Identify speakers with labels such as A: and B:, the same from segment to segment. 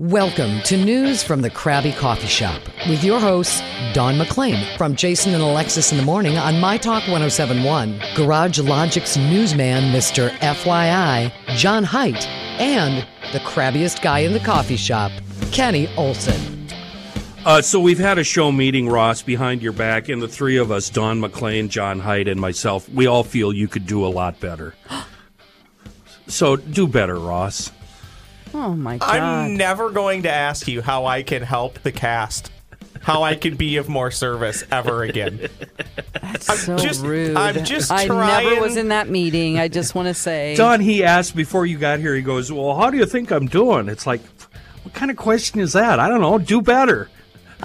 A: Welcome to News from the Krabby Coffee Shop with your hosts, Don McClain from Jason and Alexis in the Morning on My Talk 1071, Garage Logic's newsman, Mr. FYI, John Height, and the crabbiest guy in the coffee shop, Kenny Olson.
B: Uh, so we've had a show meeting, Ross, behind your back, and the three of us, Don McLean, John Hyde, and myself, we all feel you could do a lot better. so do better, Ross.
C: Oh my god.
D: I'm never going to ask you how I can help the cast, how I can be of more service ever again.
C: That's so
D: just-
C: rude.
D: I'm just
C: I never
D: trying-
C: was in that meeting. I just want to say
B: Don, he asked before you got here, he goes, Well, how do you think I'm doing? It's like, what kind of question is that? I don't know. Do better.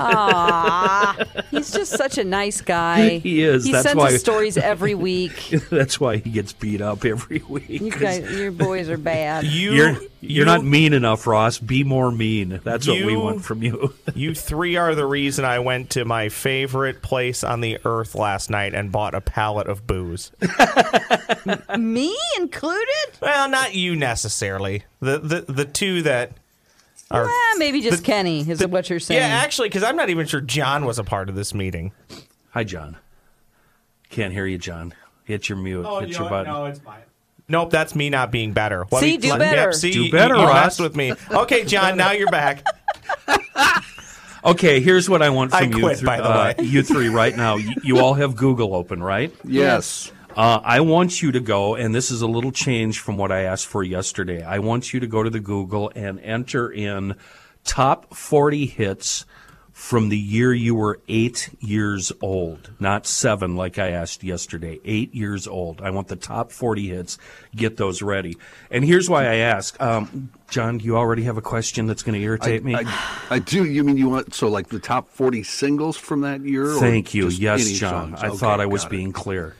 C: he's just such a nice guy.
B: He is.
C: He
B: That's
C: sends
B: why-
C: us stories every week.
B: That's why he gets beat up every week.
C: You
B: 'cause
C: guys, your boys are bad.
D: You,
B: You're, you're
D: you-
B: not mean enough, Ross. Be more mean. That's what we
D: You-
B: want from you.
D: You three are the reason I went to my favorite place on the earth last night and bought a pallet of booze.
C: Me included?
D: well, not you necessarily. The the the two that are.
C: Ah, maybe just
D: The-
C: Kenny is
D: the-
C: what you're saying.
D: Yeah, actually, because I'm not even sure John was a part of this meeting.
B: Hi, John. Can't hear you, John. Hit your mute.
D: Oh,
B: Hit your button.
D: it's fine. Nope, that's me not being better. Let
C: See,
D: me-
C: do
D: let-
C: better.
D: Yep, see,
B: Do
D: you-
B: better,
D: you,
B: Ross.
D: messed with me. Okay, John, now you're back.
B: Okay, here's what I want
D: I
B: from you.
D: quit,
B: thr-
D: by the
B: uh,
D: way.
B: you three right now. You, you all have Google open, right?
E: Yes.
B: Uh, I want you to go, and this is a little change from what I asked for yesterday. I want you to go to the Google and enter in top 40 hits from the year you were eight years old, not seven like I asked yesterday. Eight years old. I want the top 40 hits. Get those ready. And here's why I ask. Um, John, do you already have a question that's going to irritate me?
E: I, I do. You mean you want so like the top forty singles from that year? or
B: Thank you.
E: just
B: Yes,
E: any
B: John.
E: songs?
B: I
E: Okay,
B: thought I was
E: got it.
B: being clear.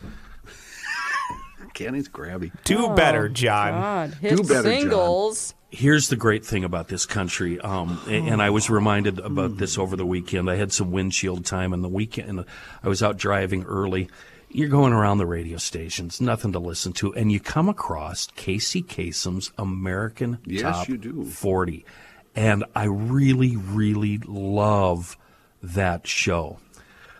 E: Kenny's grabby.
D: Do better, John.
C: Oh, God, hit
E: Do better, John.
C: singles.
B: Here's the great thing about this country, um, a- and, I was reminded about this over the weekend. I had some windshield time on the weekend. and I was out driving early. You're going around the radio stations, nothing to listen to, and you come across Casey Kasem's American
E: Yes,
B: Top
E: you do.
B: 40. And I really, really love that show.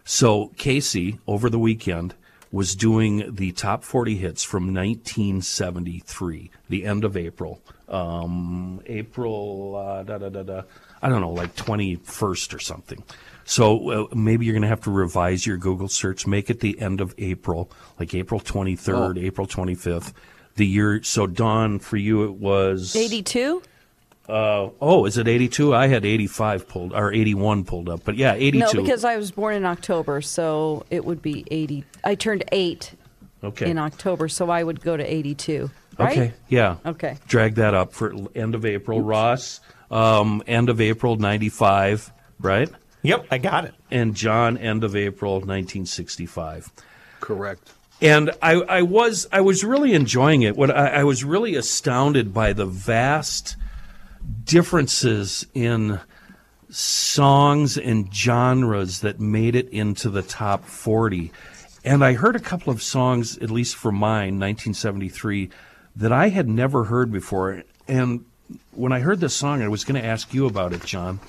B: So Casey, over the weekend, was doing the top 40 hits from 1973, the end of April. Um, April, uh, da, da, da, da, I don't know, like 21st or something. So uh, maybe you're going to have to revise your Google search, make it the end of April, like April 23rd, April 25th. The year, so Don, for you it was
C: 82?
B: Oh, is it 82? I had 85 pulled, or 81 pulled up, but yeah, 82.
C: No, because I was born in October, so it would be 80. I turned 8
B: okay.
C: in October, so I would go to 82. Right?
B: Okay. Yeah.
C: Okay.
B: Drag that up for l- end of April. Ross, um, end of April '95, right?
D: Yep, I got it.
B: And John, end of April 1965.
E: Correct.
B: And I, I was I was really enjoying it. What I, I was really astounded by the vast differences in songs and genres that made it into the top 40. And I heard a couple of songs, at least for mine, 1973, that I had never heard before. And when I heard this song, I was going to ask you about it, John.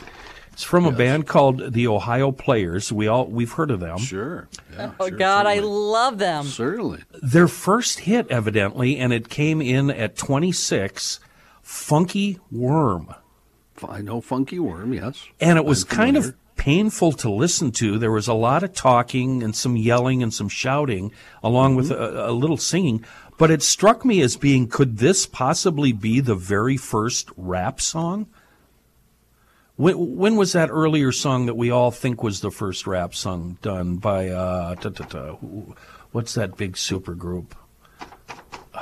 B: It's from a band called the Ohio Players. We all we've heard of them.
E: Sure. Yeah,
C: Oh,
E: sure,
C: God, I
E: certainly.
C: love them.
E: certainly.
B: Their first hit, evidently, and it came in at 26, Funky Worm.
E: F- I know Funky Worm. Yes.
B: And it was
E: I'm
B: kind of
E: familiar.
B: painful to listen to. There was a lot of talking and some yelling and some shouting, along with
E: Mm-hmm.
B: a, a little singing. But it struck me as being could this possibly be the very first rap song? When, when was that earlier song that we all think was the first rap song done by, uh, ta-ta-ta, who- what's that big super group? why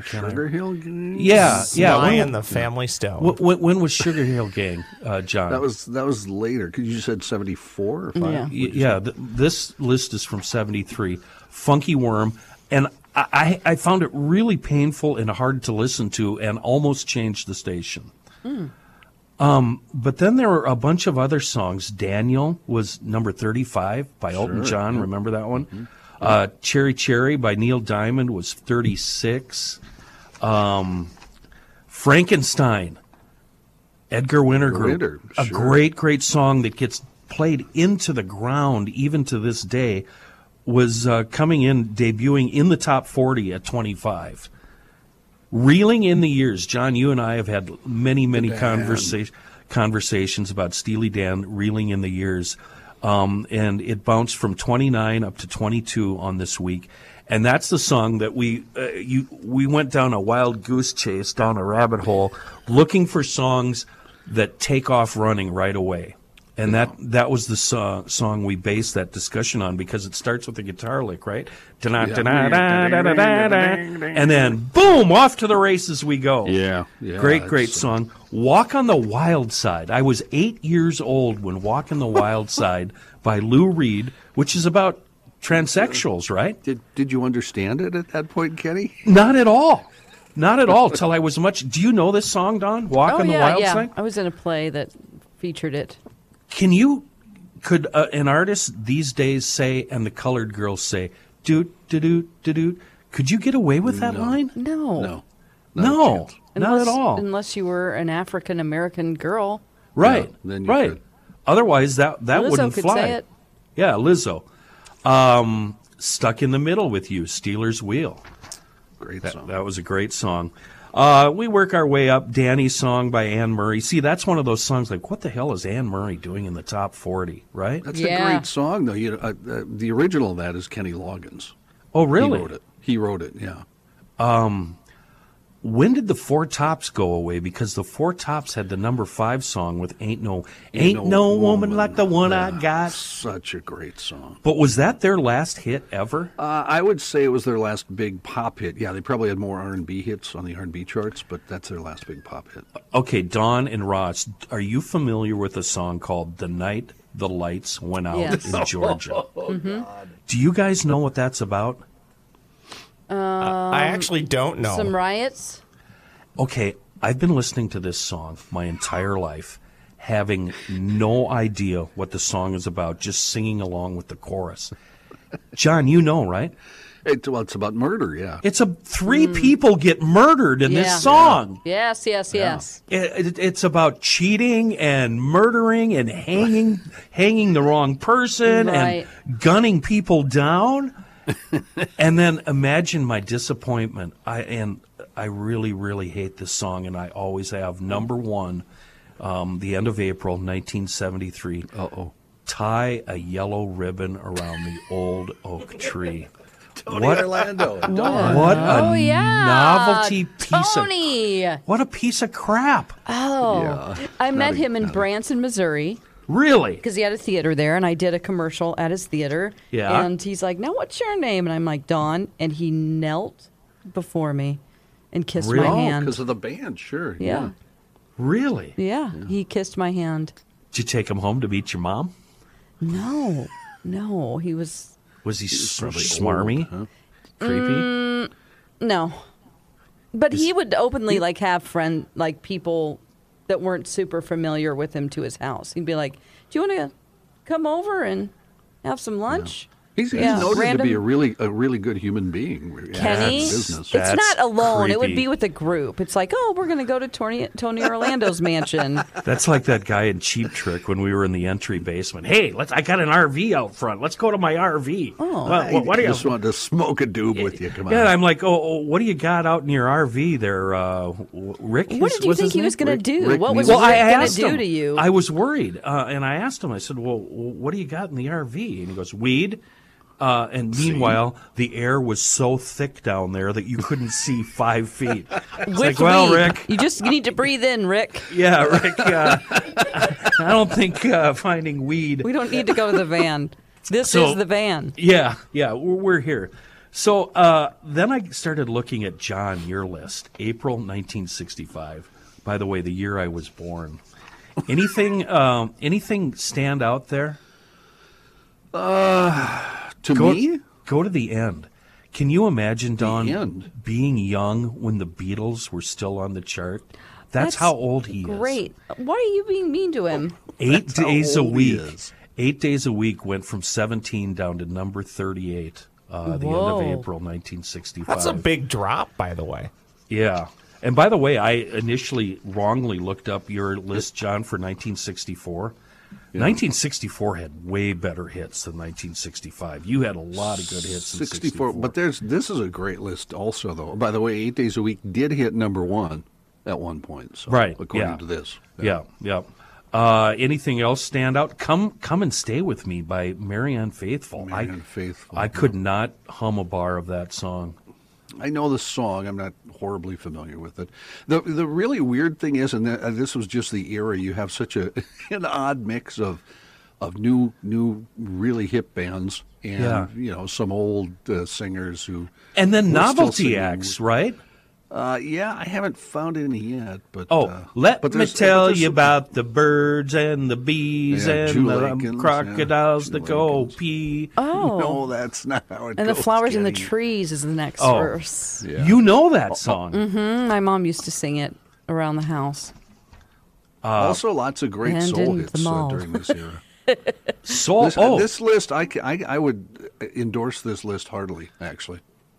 B: can't
E: Sugar
B: I?
E: Hill Gang?
B: Yeah, yeah.
D: Sly
B: When,
D: and the Family Stone.
B: when- when, when was Sugar Hill Gang, uh, John?
E: That was that was later because you said seventy four or five.
C: Yeah.
B: Y- yeah, th- this list is from 73. Funky Worm. And I, I I found it really painful and hard to listen to and almost changed the station. Um, but then there were a bunch of other songs. Daniel was number 35 by Elton John. Remember that one? Uh, Cherry Cherry by Neil Diamond was 36. Um, Frankenstein, Edgar Winter Group.
E: Winter,
B: A
E: sure.
B: great, great song that gets played into the ground even to this day was uh, coming in, debuting in the top 40 at 25 reeling in the years, John, you and I have had many, many conversa- conversations about Steely Dan reeling in the years. Um, and it bounced from 29 up to 22 on this week. And that's the song that we uh, you we went down a wild goose chase down a rabbit hole looking for songs that take off running right away. And that, that was the so- song we based that discussion on because it starts with a guitar lick, right? Da-na, da-na, da, da, da, da, da. And then, boom, off to the races we go.
E: Yeah, yeah,
B: great,
E: it's,
B: great
E: uh,
B: song. Walk on the Wild Side. I was eight years old when Walk on the Wild Side by Lou Reed, which is about transsexuals, right?
E: Did Did you understand it at that point, Kenny?
B: Not at all. Not at all. Till I was much. Do you know this song, Don? Walk
C: Oh
B: on the
C: yeah,
B: Wild
C: yeah.
B: Side.
C: I was in a play that featured it.
B: Can you? Could uh, an artist these days say, and the colored girls say, "Doot, doot, doot, doot, doot"? Could you get away with that line?
C: No,
E: No.
B: No,
E: chance.
B: not
C: Unless-
B: at all.
C: Unless you were an African American girl.
B: Right.
E: Yeah, then you
B: right.
E: could.
B: Otherwise, that that
C: Lizzo
B: wouldn't
C: could
B: fly.
C: say it.
B: Yeah, Lizzo. Um, stuck in the middle with you, Steelers Wheel.
E: Great song.
B: That was a great song. Uh, we work our way up. Danny's song by Anne Murray. See, that's one of those songs like, what the hell is Anne Murray doing in the top forty? Right?
E: That's
C: Yeah.
E: a great song, though. You know, uh, uh, the original of that is Kenny Loggins.
B: oh, really?
E: He wrote it. He wrote it. Yeah.
B: When did the Four Tops go away? Because the Four Tops had the number five song with "Ain't No Ain't, No Woman, Like the One I
E: Yeah.
B: Got."
E: Such a great song.
B: But was that their last hit ever?
E: Uh, I would say it was their last big pop hit. Yeah, they probably had more R and B hits on the R and B charts, but that's their last big pop hit.
B: Okay, Don and Ross, are you familiar with a song called The Night the Lights Went Out
C: Yes. Mm-hmm.
B: in Georgia? Do you guys know what that's about?
D: I actually don't know.
C: Um, Some riots.
B: Okay, I've been listening to this song my entire life, having no idea what the song is about, just singing along with the chorus. John, you know, right?
E: It, well, it's about murder. Yeah.
B: It's a three people get murdered in
C: Hmm. Yeah.
B: this song.
C: Yes, yes, yes.
B: It, it, it's about cheating and murdering and hanging, hanging the wrong person
C: Right.
B: and gunning people down. and then imagine my disappointment. I and I really, really hate this song, and I always have. Number one, um, the end of April, 1973. Uh oh. Tie a yellow ribbon around the old oak tree. what,
E: Orlando.
B: what a
C: Oh yeah.
B: novelty piece
C: Tony.
B: of what a piece of crap!
C: Oh, I met
E: a-
C: him in Branson, Missouri,
B: Really?
C: because he had a theater there, and I did a commercial at his theater.
B: Yeah.
C: And he's like, "Now, what's your name?" And I'm like, "Dawn." And he knelt before me and kissed
B: Really?
C: my
E: Oh,
C: hand.
E: because of the band. Sure.
C: Yeah.
B: Really?
C: yeah, He kissed my hand.
B: Did you take him home to meet your mom?
C: No, no, he was
B: Was he Mm. s-
E: probably
B: smarmy? Creepy?
C: no, but he would openly like have friend like people that weren't super familiar with him to his house. He'd be like, "Do you want to come over and have some lunch?"
E: He's, he's
C: Yeah.
E: noted to
C: Random-
E: be a really a really good human being.
C: Kenny,
E: That's
C: it's
E: business.
B: That's
C: not alone. It would
B: creepy.
C: be with a group. It's like, oh, we're going to go to Tony, Tony Orlando's mansion.
B: That's like that guy in Cheap Trick when we were in the entry basement. Hey, let's. I got an RV out front. Let's go to my RV. Oh, what, what, do
E: I
B: you?
E: just wanted to smoke a doob with you. Come on.
B: yeah, I'm like, oh, oh, what do you got out in your RV there, uh, w- Rick?
C: What
B: His-
C: did you
B: what's
C: think
B: his
C: he
B: name?
C: was going to
E: Rick-
C: do?
E: Rick
C: what was
E: Neal.
B: Well, I
C: Rick going to
B: asked
C: do
B: him.
C: to you?
B: I was worried, uh, and I asked him. I said, "Well, wh- what do you got in the RV?" And he goes, "Weed." Uh, and meanwhile, the air was so thick down there that you couldn't see five feet. It's like,
C: With
B: well,
C: weed.
B: Rick,
C: You just need to breathe in, Rick.
B: yeah, Rick, uh, I don't think uh, finding weed.
C: We don't need to go to the van. This
B: So-
C: is the van.
B: Yeah, yeah, we're, we're here. So uh, then I started looking at John, your list, April 1965. By the way, the year I was born. Anything, um, anything stand out there?
E: To
B: Go,
E: me,
B: go to the end. Can you imagine, Don,
E: end?
B: being young when the Beatles were still on the chart? That's, how old he is.
C: Great. Why are you being mean to him?
B: Eight
E: how
B: days a
E: old he
B: week.
E: is.
B: Eight days a week went from 17 down to number 38. Uh, the
C: Whoa.
B: end of April 1965.
D: That's a big drop, by the way.
B: Yeah. And by the way, I initially wrongly looked up your list, John, for 1964. 1964 had way better hits than 1965. You had a lot of good hits in 64.
E: 64. But there's this is a great list also, though. By the way, Eight Days a Week did hit number one at one point. So
B: Right,
E: According
B: yeah.
E: to this.
B: yeah, yeah. Uh, anything else stand out? Come, come and stay with me by Marianne Faithful. I,
E: Marianne Faithfull,
B: I could not hum a bar of that song.
E: I know the song. I'm not horribly familiar with it. the The really weird thing is, and th- uh, this was just the era. You have such a an odd mix of of new new really hip bands and
B: Yeah.
E: you know some old uh, singers who
B: And then
E: were still
B: novelty
E: singing.
B: acts, right?
E: Uh, yeah, I haven't found any yet, but
B: Oh,
E: uh,
B: let
E: but
B: me
E: there's-
B: tell
E: there's
B: you
E: some-
B: about the birds and the bees
E: Yeah,
B: and
E: Jew
B: the
E: Lincolns,
B: um,
E: yeah,
B: crocodiles
E: Jew
B: that go
E: Lincolns.
B: pee.
C: Oh.
E: No, that's not how it
C: and the
E: goes,
C: flowers in the
E: Kenny.
C: trees is the next
B: Oh.
C: verse.
E: Yeah. Oh,
B: You know that song.
C: Mm, My mom used to sing it around the house.
B: Uh,
E: also, lots of great
C: and
E: soul
C: in the
E: hits uh,
C: mall.
E: during this era.
B: Soul.
E: this,
B: oh,
E: this list, I, ca- I I would endorse this list heartily. Actually,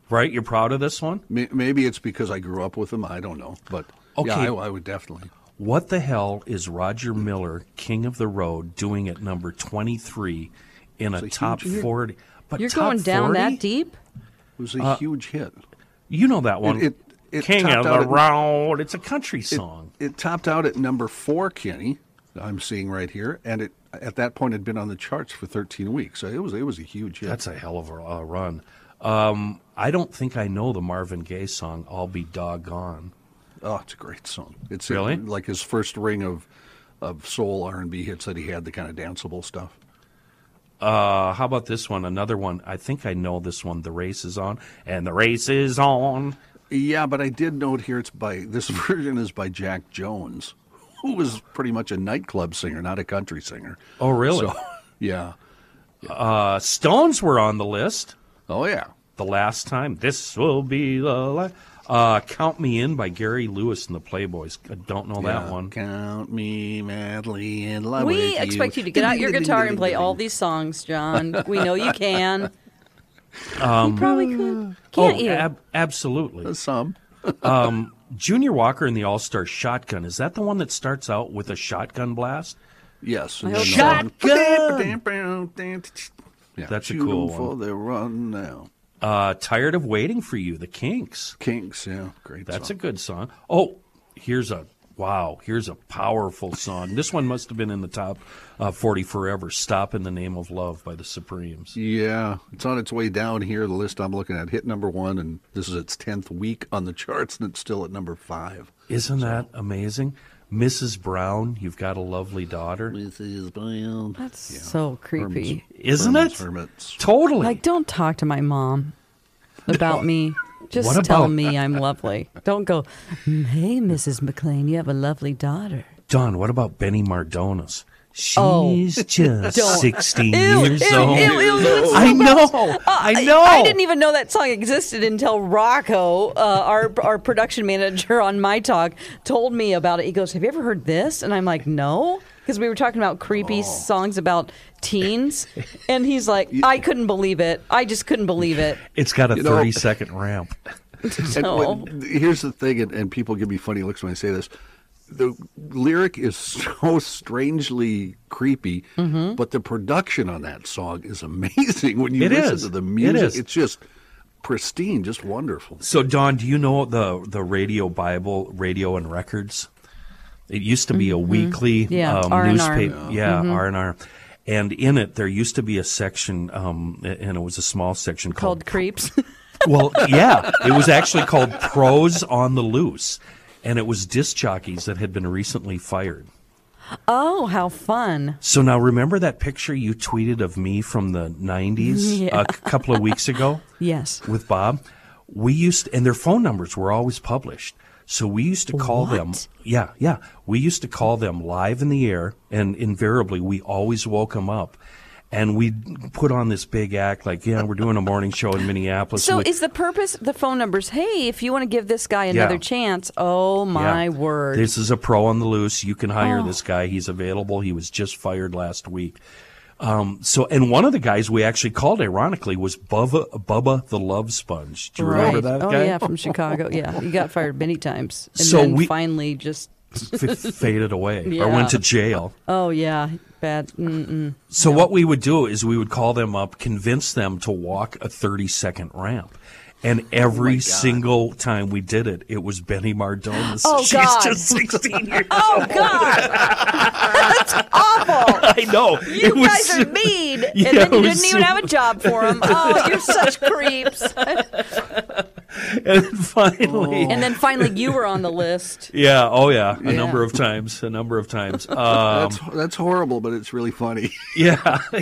B: right. You're proud of this one?
E: May- Maybe it's because I grew up with them. I don't know, but
B: Okay.
E: yeah, I, I would definitely.
B: What the hell is Roger Miller, King of the Road, doing at number 23 in a,
E: It's a
B: top
E: huge- you're-
B: 40? But
C: You're
B: top
C: going down
B: 40?
C: that deep?
E: It was a
B: Uh,
E: huge hit.
B: You know that one.
E: It- it- it
B: King of
E: topped
B: the
E: out at-
B: Road. It's a country song.
E: It topped out at number four, Kenny. I'm seeing right here, and it at that point had been on the charts for 13 weeks. So it was it was a huge hit.
B: That's a hell of a uh, run. Um, I don't think I know the Marvin Gaye song, I'll Be Doggone.
E: oh, it's a great song. It's
B: Really?
E: like his first ring of of soul R&B hits that he had, the kind of danceable stuff.
B: Uh, how about this one? Another one. I think I know this one. The race is on, and the race is on.
E: Yeah, but I did note here it's by this version is by Jack Jones, who was pretty much a nightclub singer, not a country singer.
B: Oh, really?
E: So, yeah.
B: Uh, Stones were on the list
E: Oh yeah.
B: the last time. This will be the last. Uh, Count Me In by Gary Lewis and the Playboys. I don't know that
E: Yeah.
B: one.
E: Count me madly in love with
C: We
E: you.
C: expect you to get out your guitar and play all these songs, John. We know you can. you probably could. Can't
B: Um, oh,
C: you?
B: ab- absolutely.
E: Some.
B: Junior Walker and the All Star Shotgun. Is that the one that starts out with a shotgun blast?
E: Yes.
C: hope
B: so.
E: Yeah.
B: That's a
E: Shoot 'em
B: cool
E: for
B: one.
E: the run now.
B: Uh, Tired of Waiting for You, The Kinks.
E: Kinks, yeah, great.
B: That's a
E: song.
B: good song. Oh, here's a wow. Here's a powerful song. This one must have been in the top uh, forty forever. "Stop in the Name of Love" by the Supremes.
E: Yeah, it's on its way down here. The list I'm looking at hit number one, and this is its tenth week on the charts, and it's still at number five.
B: Isn't that amazing? Mrs. Brown, you've got a lovely daughter.
E: This is Brown.
C: That's so creepy.
B: Isn't it?
E: Herman's Hermits.
B: Totally.
C: Like, don't talk to my mom about me. Just
B: What
C: tell
B: about-
C: me I'm lovely. Don't go, "Mm, hey, Mrs. McLean, you have a lovely daughter.
B: Don, what about Benny Mardonas? She's
C: Oh,
B: just
C: don't.
B: 16
C: Ew,
B: years
C: ew,
B: old.
C: ew, ew, that's
B: I know.
C: I-
B: I know.
C: I, didn't even know that song existed until Rocco, uh, our our production manager on my talk, told me about it. He goes, "Have you ever heard this?" And I'm like, "No," because we were talking
B: Oh.
C: about creepy songs about teens, and he's like, "I couldn't believe it. I just couldn't believe it."
B: It's got a
E: know-
B: thirty-second ramp.
E: And
C: No.
E: when- here's the thing, and, and people give me funny looks when I say this. The lyric is so strangely creepy,
C: Mm-hmm.
E: but the production on that song is amazing. When you
B: It
E: listen
B: is.
E: to the
B: It
E: music,
B: is.
E: it's just pristine, just wonderful.
B: So, Don, do you know the the Radio Bible, Radio and Records? It used to be a weekly
C: Yeah,
B: um,
C: R&R.
B: newspaper, yeah, R and R, and in it there used to be a section, um, and it was a small section
C: Called creeps.
B: well, yeah, it was actually called Pros on the Loose, and it was disc jockeys that had been recently fired.
C: Oh, how fun.
B: So now remember that picture you tweeted of me from the 90s
C: Yeah.
B: a c- couple of weeks ago?
C: Yes.
B: With Bob? We used and their phone numbers were always published. So we used to call them
C: What?
B: Yeah, yeah. We used to call them live in the air and invariably we always woke them up. And we put on this big act like, yeah, we're doing a morning show in Minneapolis.
C: So
B: We-
C: is the purpose the phone numbers? Hey, if you want to give this guy another
B: Yeah.
C: chance, oh
B: Yeah.
C: my word! Oh.
B: This is a pro on the loose. You can hire this guy. He's available. He was just fired last week. Um, so, and one of the guys we actually called, ironically, was Bubba, Bubba the Love Sponge. Do you remember that
C: oh
B: guy?
C: yeah, from Chicago. Yeah, he got fired many times, and
B: So
C: then
B: we-
C: finally just
B: F- faded away or
C: Yeah.
B: went to jail.
C: oh yeah, bad. Mm. Mm-mm.
B: So what we would do is we would call them up, convince them to walk a 30 second ramp. And
C: Oh
B: every single time we did it, it was Benny Mardones.
C: Oh,
B: She's
C: God.
B: just 16 years
C: Oh God, that's awful.
B: I know.
C: You
B: it was
C: guys are mean,
B: Yeah,
C: and
B: it
C: then you
B: was
C: didn't even
B: so-
C: have a job for him. Oh, you're such creeps.
B: And then finally,
C: And then finally, you were on the list.
B: Yeah. Oh, yeah. A
C: Yeah.
B: number of times. A number of times. Um,
E: That's that's horrible, but it's really funny.
B: yeah.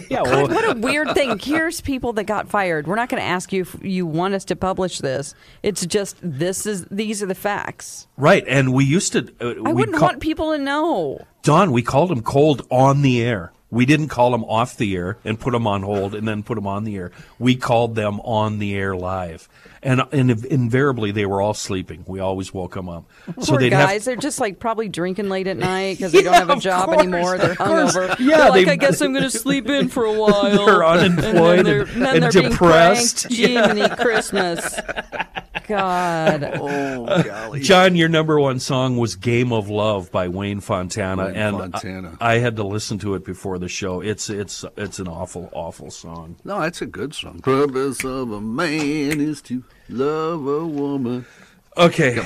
B: Yeah.
C: God,
B: Well,
C: what a weird thing. Here's people that got fired. We're not going to ask you if you want us to publish this. It's just this is these are the facts.
B: right. And we used to. Uh,
C: I
B: we
C: wouldn't
B: ca-
C: want people to know.
B: Don. We called him cold on the air. We didn't call him off the air and put him on hold and then put him on the air. We called them on the air live, and and invariably they were all sleeping. We always woke them up.
C: Poor
B: they'd have-
C: guys, they're just like probably drinking late at night because they don't have
B: Yeah,
C: a
B: of
C: job
B: course,
C: anymore. They're
B: of course.
C: hungover.
B: Yeah,
C: they're like
B: they-
C: I guess I'm going to sleep in for a while.
B: They're unemployed
C: and, then they're,
B: and-
C: then
B: and
C: they're
B: depressed.
C: Being pranked. Jiminy Christmas. God,
E: Oh golly!
B: John, your number one song was "Game of Love" by Wayne Fontana,
E: Wayne
B: and
E: Fontana.
B: I, I had to listen to it before the show. It's it's it's an awful awful song.
E: No, it's a good song. Purpose of a man is to love a woman.
B: Okay,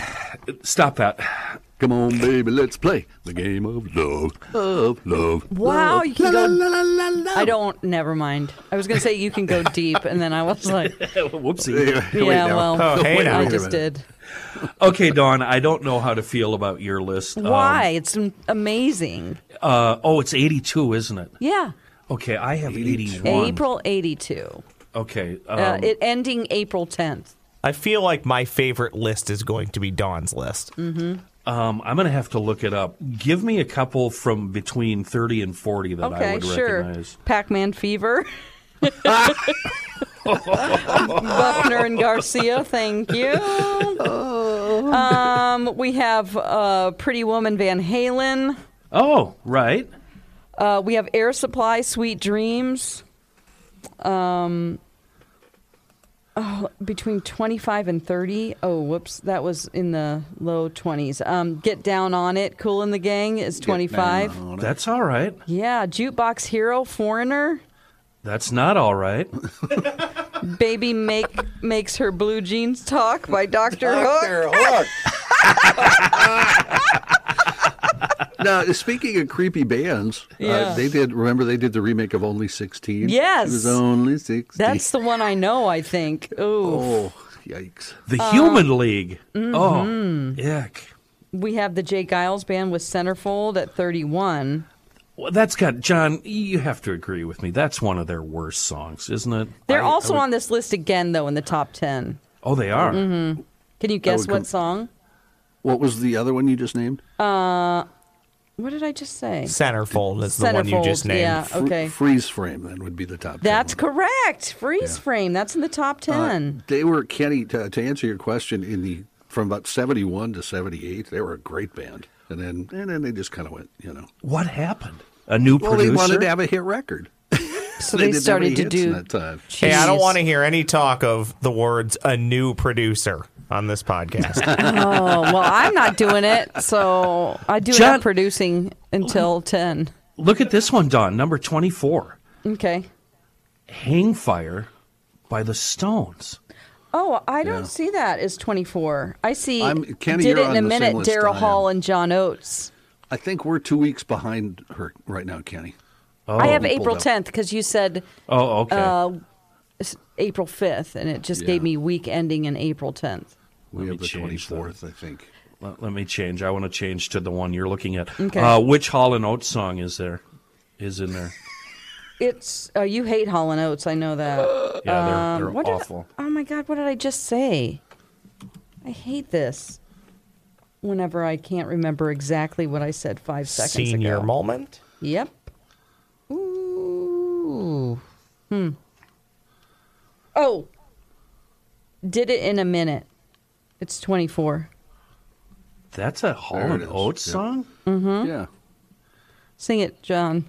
B: stop that.
E: Come on, baby, let's play the game of love, love, love.
C: Wow,
E: love.
C: you can
E: La,
C: go-
E: la, la, la, la, la.
C: I don't. Never mind. I was going to say you can go deep, and then I was like,
B: Whoopsie.
E: Wait
C: yeah,
E: now.
C: well,
D: Oh, hey,
C: I
D: now. Wait a
C: just
E: minute.
C: did.
B: Okay, Dawn, I don't know how to feel about your list. Um,
C: Why? it's m- amazing.
B: uh, oh, it's 82, isn't it?
C: Yeah.
B: Okay, I have 81.
C: April 82.
B: Okay. Um,
C: Uh, it ending April 10th.
D: I feel like my favorite list is going to be Dawn's list.
C: Mm.
B: um, I'm going to have to look it up. Give me a couple from between 30 and 40 that I
C: Okay,
B: would
C: sure.
B: recognize.
C: Pac Man Fever. Buckner and Garcia, thank you. Um, we have uh, Pretty Woman Van Halen.
B: Oh, right.
C: Uh, we have Air Supply, Sweet Dreams. Um, oh, between 25 and 30. Oh, whoops. That was in the low 20s. Um, Get Down on It, Cool in the Gang is 25.
B: That's all right.
C: Yeah, Jukebox Hero, Foreigner.
B: That's not all right.
C: Baby Make Makes Her Blue Jeans Talk by Dr. Hook.
E: now, speaking of creepy bands, uh,
C: Yeah.
E: they did. Remember, they did the remake of Only Sixteen.
C: Yes.
E: it was Only Sixteen.
C: That's the one I know, I think. Ooh.
E: oh, yikes!
B: The
C: Uh,
B: Human League.
C: mm-hmm.
B: Oh, yuck.
C: We have the Jay Giles Band with Centerfold at 31.
B: Well, that's got, John, you have to agree with me. That's one of their worst songs, isn't it?
C: They're
B: I-
C: also
B: I would-
C: on Mm-hmm. this list again, though, in the top 10.
B: Oh, they are.
C: Can you guess
E: would
C: what
E: com-
C: song?
E: What was the other one you just named?
C: What did I just say?
D: Centerfold is the one you just
C: Centerfold,
D: named.
C: yeah.
E: Fr-
C: okay.
E: Freeze Frame then would be the top.
C: That's
E: ten one.
C: correct. Freeze frame. That's in the top 10.
E: They were Kenny. To, to answer your question, in the from about seventy-one to seventy-eight, they were a great band, and then and then they just kind of went, you know.
B: What happened? A new
E: Well,
B: producer?
E: they wanted to have a hit record.
C: so
E: they
C: they,
E: didn't have any
C: started to
E: hits
C: do.
E: in that time.
D: Hey, I don't
C: Jeez.
D: want to hear any talk of the words a new producer on this podcast.
C: Oh, well, I'm not doing it. So I do
B: John-
C: not producing until 10.
B: Look at this one, Don, number 24.
C: Okay.
B: Hang Fire by the Stones.
C: Oh, I don't
E: Yeah.
C: see that as 24. I see
E: I'm- Kenny,
C: Did
E: you're
C: It in a
E: on the same
C: Minute,
E: list I
C: Daryl
E: am.
C: Hall and John Oates.
E: I think we're two weeks behind her right now, Kenny.
C: I have
E: Oh, pulled
C: April
E: up.
C: 10th because you said
B: Oh, okay.
C: uh, s- April 5th, and it just
E: Yeah.
C: gave me week ending in April 10th.
E: We
B: me
E: have the
B: change that.
E: twenty-fourth, I think.
B: Let, let me change. I want to change to the one you're looking at.
C: Okay.
B: Uh, which Hall and Oates song is there? Is in there?
C: It's uh, you hate Hall and Oates. I know that.
B: Yeah, they're, they're
C: what did I-
B: awful.
C: oh my God! What did I just say? I hate this. Whenever I can't remember exactly what I said five seconds
D: Senior
C: ago.
D: moment.
C: Yep. Ooh. Hmm. Oh. Did it in a minute. It's 24.
B: That's a Hall
E: There it
B: and
E: is.
B: Oates
E: Yep.
B: song.
E: Yeah.
C: Sing it, John.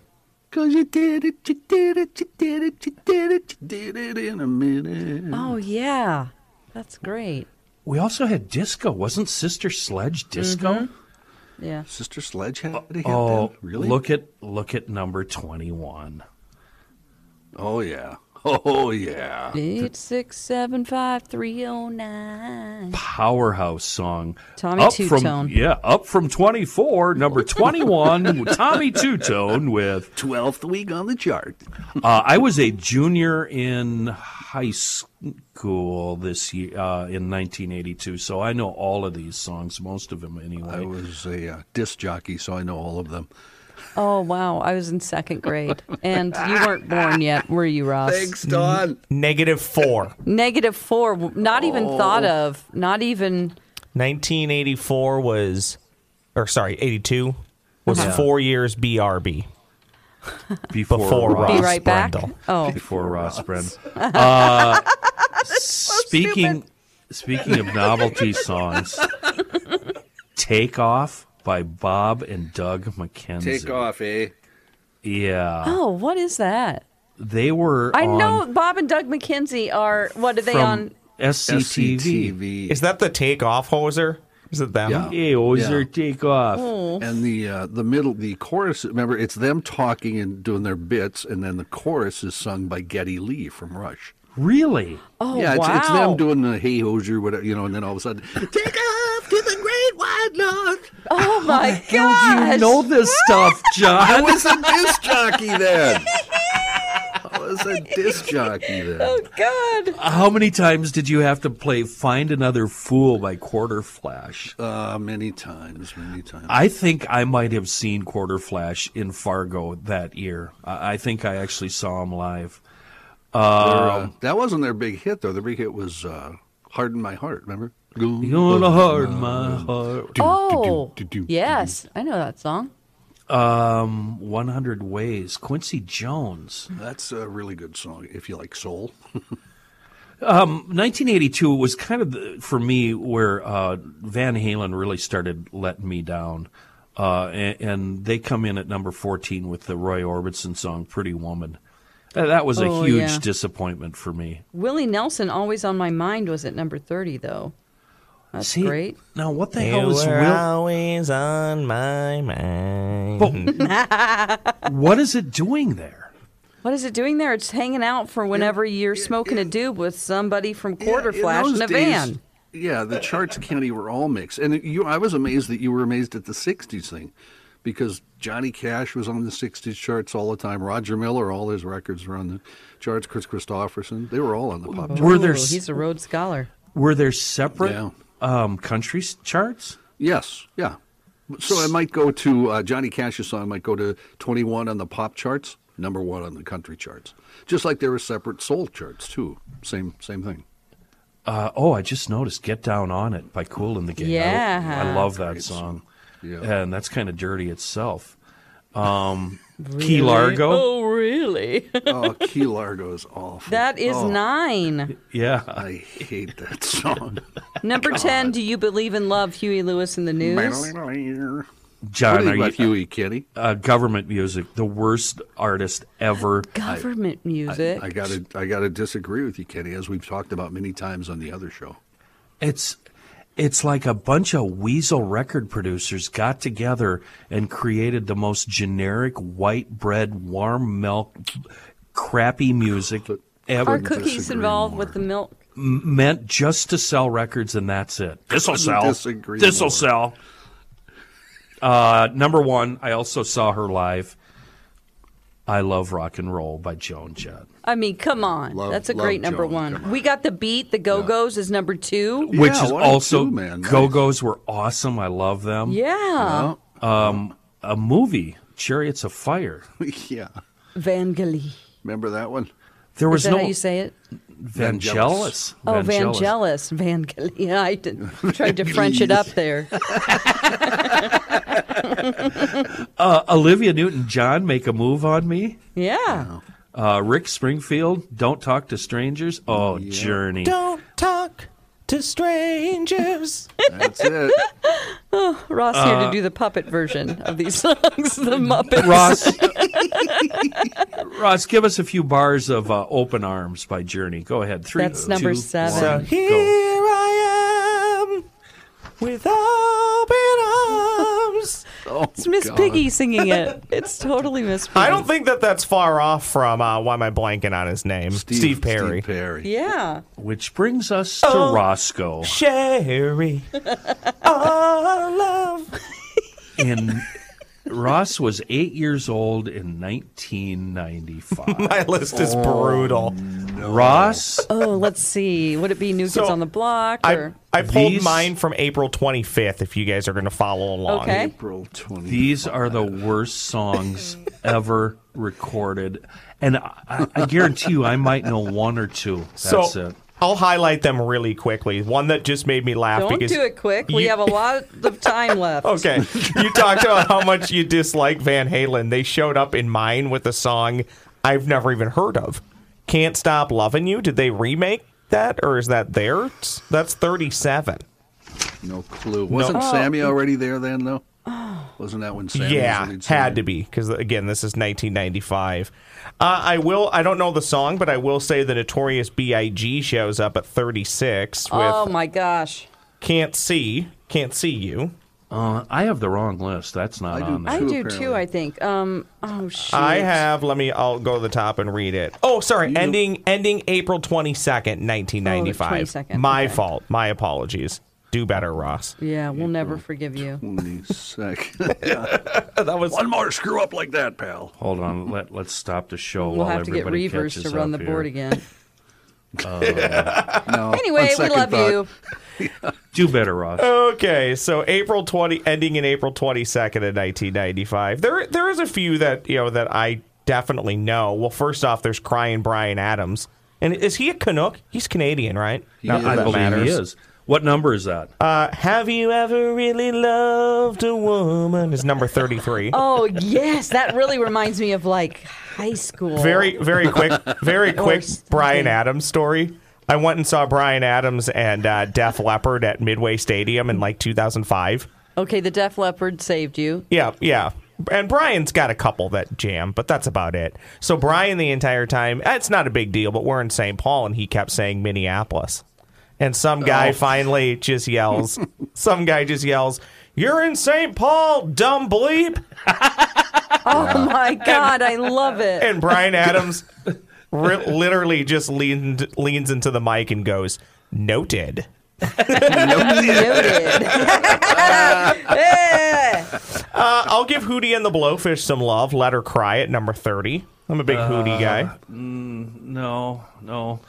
E: Cause you did it, you did it, you did it, you did it, you did it in a minute.
C: Oh, yeah. That's great.
B: We also had disco. Wasn't Sister Sledge disco?
C: Mm-hmm. Yeah.
E: Sister Sledge had it.
B: Oh,
E: then? really?
B: Look at look at number twenty-one.
E: Oh yeah. Oh yeah.
C: Eight six seven five three oh nine.
B: powerhouse song.
C: Tommy
B: up
C: Two
B: from,
C: Tone.
B: Yeah, up from 24, number 21, Tommy Two Tone with.
E: Twelfth week on the chart.
B: Uh, I was a junior in high school this year uh, in 1982, so I know all of these songs, most of them
E: I
B: anyway.
E: was a uh, disc jockey, so I know all of them.
C: Oh wow, I was in second grade, and you weren't born yet, were you, Ross?
E: Don.
D: Negative four.
C: Negative four, w- not even thought of, not even.
D: 1984 was, or sorry, 82 was
B: Uh-huh.
D: four years BRB
B: Before,
D: before
B: Ross,
D: Ross
C: Be right back.
D: Brendel.
C: Oh,
B: Before Ross Brend. Uh, speaking, speaking of novelty songs, Take Off by Bob and Doug McKenzie.
E: eh?
B: Yeah.
C: oh, what is that?
B: They were.
C: I
B: on
C: know Bob and Doug McKenzie are. What are they
B: from
C: on?
B: SCTV.
E: SCTV.
D: Is that the takeoff hoser? Is it them?
E: Yeah.
B: Hey, always
E: Yeah.
B: their takeoff.
C: Oh.
E: And the uh, the middle the chorus. Remember, it's them talking and doing their bits, and then the chorus is sung by Getty Lee from Rush.
B: Really?
C: Oh
E: yeah, it's,
C: wow.
E: it's them doing the hey hoser, whatever you know, and then all of a sudden, take off to the great wide north.
C: oh my
B: How do
C: gosh!
B: you know this stuff,
E: I
B: John?
E: was a disc jockey then. I was a disc jockey then.
C: Oh God!
B: How many times did you have to play "Find Another Fool" by Quarter Flash?
E: Uh, many times, many times.
B: I think I might have seen Quarter Flash in Fargo that year. I, I think I actually saw him live.
E: Their,
B: Um,
E: uh, that wasn't their big hit though. Their big hit was uh, "Harden My Heart." Remember? Uh,
B: Gonna hurt my heart.
C: Oh yes, I know that song.
B: One hundred ways. Quincy Jones.
E: That's a really good song if you like soul.
B: 1982 was kind of the, for me where uh, Van Halen really started letting me down, uh, and, and they come in at number 14 with the Roy Orbison song "Pretty Woman." Uh, that was a
C: Oh,
B: huge
C: yeah.
B: disappointment for me.
C: Willie Nelson, always on my mind, was at number thirty though. That's
B: See,
C: great.
B: Now what the
D: You
B: hell is
D: were
B: Will?
D: always on my mind.
B: What is it doing there?
C: What is it doing there? It's hanging out for whenever you're smoking a doob with somebody from Quarter
E: Yeah, in
C: Flash
E: those
C: in a
E: days-
C: van.
E: Yeah, the charts, Kenny, were all mixed, and you. I was amazed that you were amazed at the '60s thing, because Johnny Cash was on the '60s charts all the time. Roger Miller, all his records were on the charts. Chris Christopherson, they were all on the pop. Chart.
B: Were there
C: Ooh,
B: s-
C: he's a Rhodes Scholar.
B: were there separate
E: Yeah.
B: um, country s- charts?
E: Yes, yeah. So I might go to uh, Johnny Cash's song. Might go to 21 on the pop charts, number one on the country charts. Just like there were separate soul charts too. Same same thing.
B: Uh, oh, I just noticed "Get Down on It" by Cool and the Gang. I-
C: Yeah.
B: I, love that song,
E: Yeah.
B: and that's kind of dirty itself. Um, Key Largo.
C: Oh, really?
E: Oh, Key Largo is awful.
C: That is
E: Oh,
C: nine.
B: Yeah.
E: I hate that song.
C: Number 10, Do You Believe in Love, Huey Lewis in the News?
E: What
B: John,
E: do you
B: are
E: think about
B: you,
E: Huey, Kenny?
B: uh, government music, the worst artist ever.
C: Government music.
E: I gotta, I gotta disagree with you, Kenny, as we've talked about many times on the other show.
B: It's it's like a bunch of weasel record producers got together and created the most generic white bread, warm milk, crappy music
C: Are
B: ever
C: cookies
E: disagree
C: involved
E: more.
C: with the milk?
B: meant just to sell records, and that's it. This'll sell.
E: disagree
B: This'll
E: more.
B: sell. Uh, number one, I also saw her live. I Love Rock and Roll by Joan Jett.
C: I mean, come on.
E: Love-
C: That's a
E: love
C: great number
E: Joan, come
C: one.
E: on.
C: We got the beat. The Go Go's is number two.
B: Which
E: Yeah,
B: is
E: one and
B: also
E: two, man. Nice.
B: Go Go's were awesome. I love them.
C: Yeah.
B: A movie, Chariots of Fire.
E: yeah.
C: Vangelis.
E: Remember that one?
B: There
C: Is
B: was
C: that
B: no
C: how you say it?
B: Vangelis.
C: Oh, Vangelis. Vangelis. Yeah, I did, tried to French it up there.
B: Uh, Olivia Newton John, Make a Move on Me.
C: Yeah.
B: Uh, Rick Springfield, Don't Talk to Strangers. Oh, Journey.
D: Don't talk to strangers.
E: That's it.
C: Ross here
D: Uh,
C: to do the puppet version of these songs,
E: Oh
C: the Muppets.
B: Ross, Ross, give us a few bars of uh, "Open Arms" by Journey. Go ahead. Three.
C: That's number
B: two,
C: seven.
B: one,
D: So
B: go.
D: here I am with open arms.
C: It's Miss Piggy singing it. It's totally Miss Piggy.
D: I don't think that that's far off from uh, why am I blanking on his name? Steve, Perry.
E: Steve Perry.
C: Yeah.
B: Which brings us to Roscoe
D: Sherry, our love.
B: in. Ross was eight years old in 1995.
D: My list is brutal.
B: Ross,
C: Oh, let's see. Would it be New Kids
D: So,
C: on the Block?
D: I,
C: Or
D: I pulled
B: These-
D: mine from April 25th. If you guys are going to follow along,
C: okay.
E: April 20.
B: these are the worst songs ever recorded, and I, I guarantee you, I might know one or two.
D: so
B: That's it.
D: I'll highlight them really quickly. One that just made me laugh
C: Don't
D: because
C: do it quick. We
D: you-
C: have a lot of time left.
D: Okay. You talked about how much you dislike Van Halen. They showed up in mine with a song I've never even heard of. Can't Stop Loving You. Did they remake that or is that theirs? That's 37.
E: No clue. Wasn't Sammy already there then, though? Wasn't that when Sammy was the
D: yeah,
E: lead singer?
D: had to be because again, this is 1995. Uh, I will. I don't know the song, but I will say the Notorious B.I.G. shows up at 36 with
C: Oh, my gosh.
D: "Can't See, Can't See You."
B: Uh, I have the wrong list. That's not
E: I do
B: on there.
C: I
E: Two,
C: do too,
E: apparently.
C: I think. Um, oh, shit.
D: I have. Let me. I'll go to the top and read it. Oh, sorry. Ending ending April twenty second, nineteen ninety
C: Oh, the
D: five.
C: 22nd,
D: My
C: okay.
D: fault. My apologies. Do better, Ross.
C: Yeah, we'll never forgive you.
E: 20 second.
C: Oh,
D: That was
E: One more screw up like that, pal.
B: Hold on. Let Let's stop the show.
C: We'll
B: while
C: have to get
B: everybody
C: Reavers to
B: catches
C: run the
B: up
C: board
B: here.
C: again.
E: No, on
C: Anyway, we
E: second
C: love
E: thought,
C: you.
B: Do better, Ross.
D: Uh, okay. So April twenty, ending in April twenty second of nineteen ninety five. There, there is a few that you know that I definitely know. Well, first off, there's crying Brian Adams, and is he a Canuck? He's Canadian, right? Not
E: is.
D: that
B: I
D: that
B: believe
D: matters.
B: he is. What number is that?
D: Uh, have you ever really loved a woman? Is number thirty three.
C: Oh, yes. That really reminds me of like high school.
D: Very, very quick, very quick
C: something.
D: Brian Adams story. I went and saw Brian Adams and uh, Def Leppard at Midway Stadium in like 2005.
C: Okay, the Def Leppard saved you.
D: Yeah, yeah. And Brian's got a couple that jam, but that's about it. So Brian, the entire time, eh, it's not a big deal, but we're in St. Paul, and he kept saying Minneapolis. And some guy finally just yells, some guy just yells, "You're in St. Paul, dumb bleep!"
C: Oh, my God. I love it.
D: and Brian Adams ri literally just leaned, leans into the mic and goes, "Noted."
C: Noted. Yeah.
D: Uh, I'll give Hootie and the Blowfish some love. Let her cry at number thirty. I'm a big Hootie guy.
B: No, no.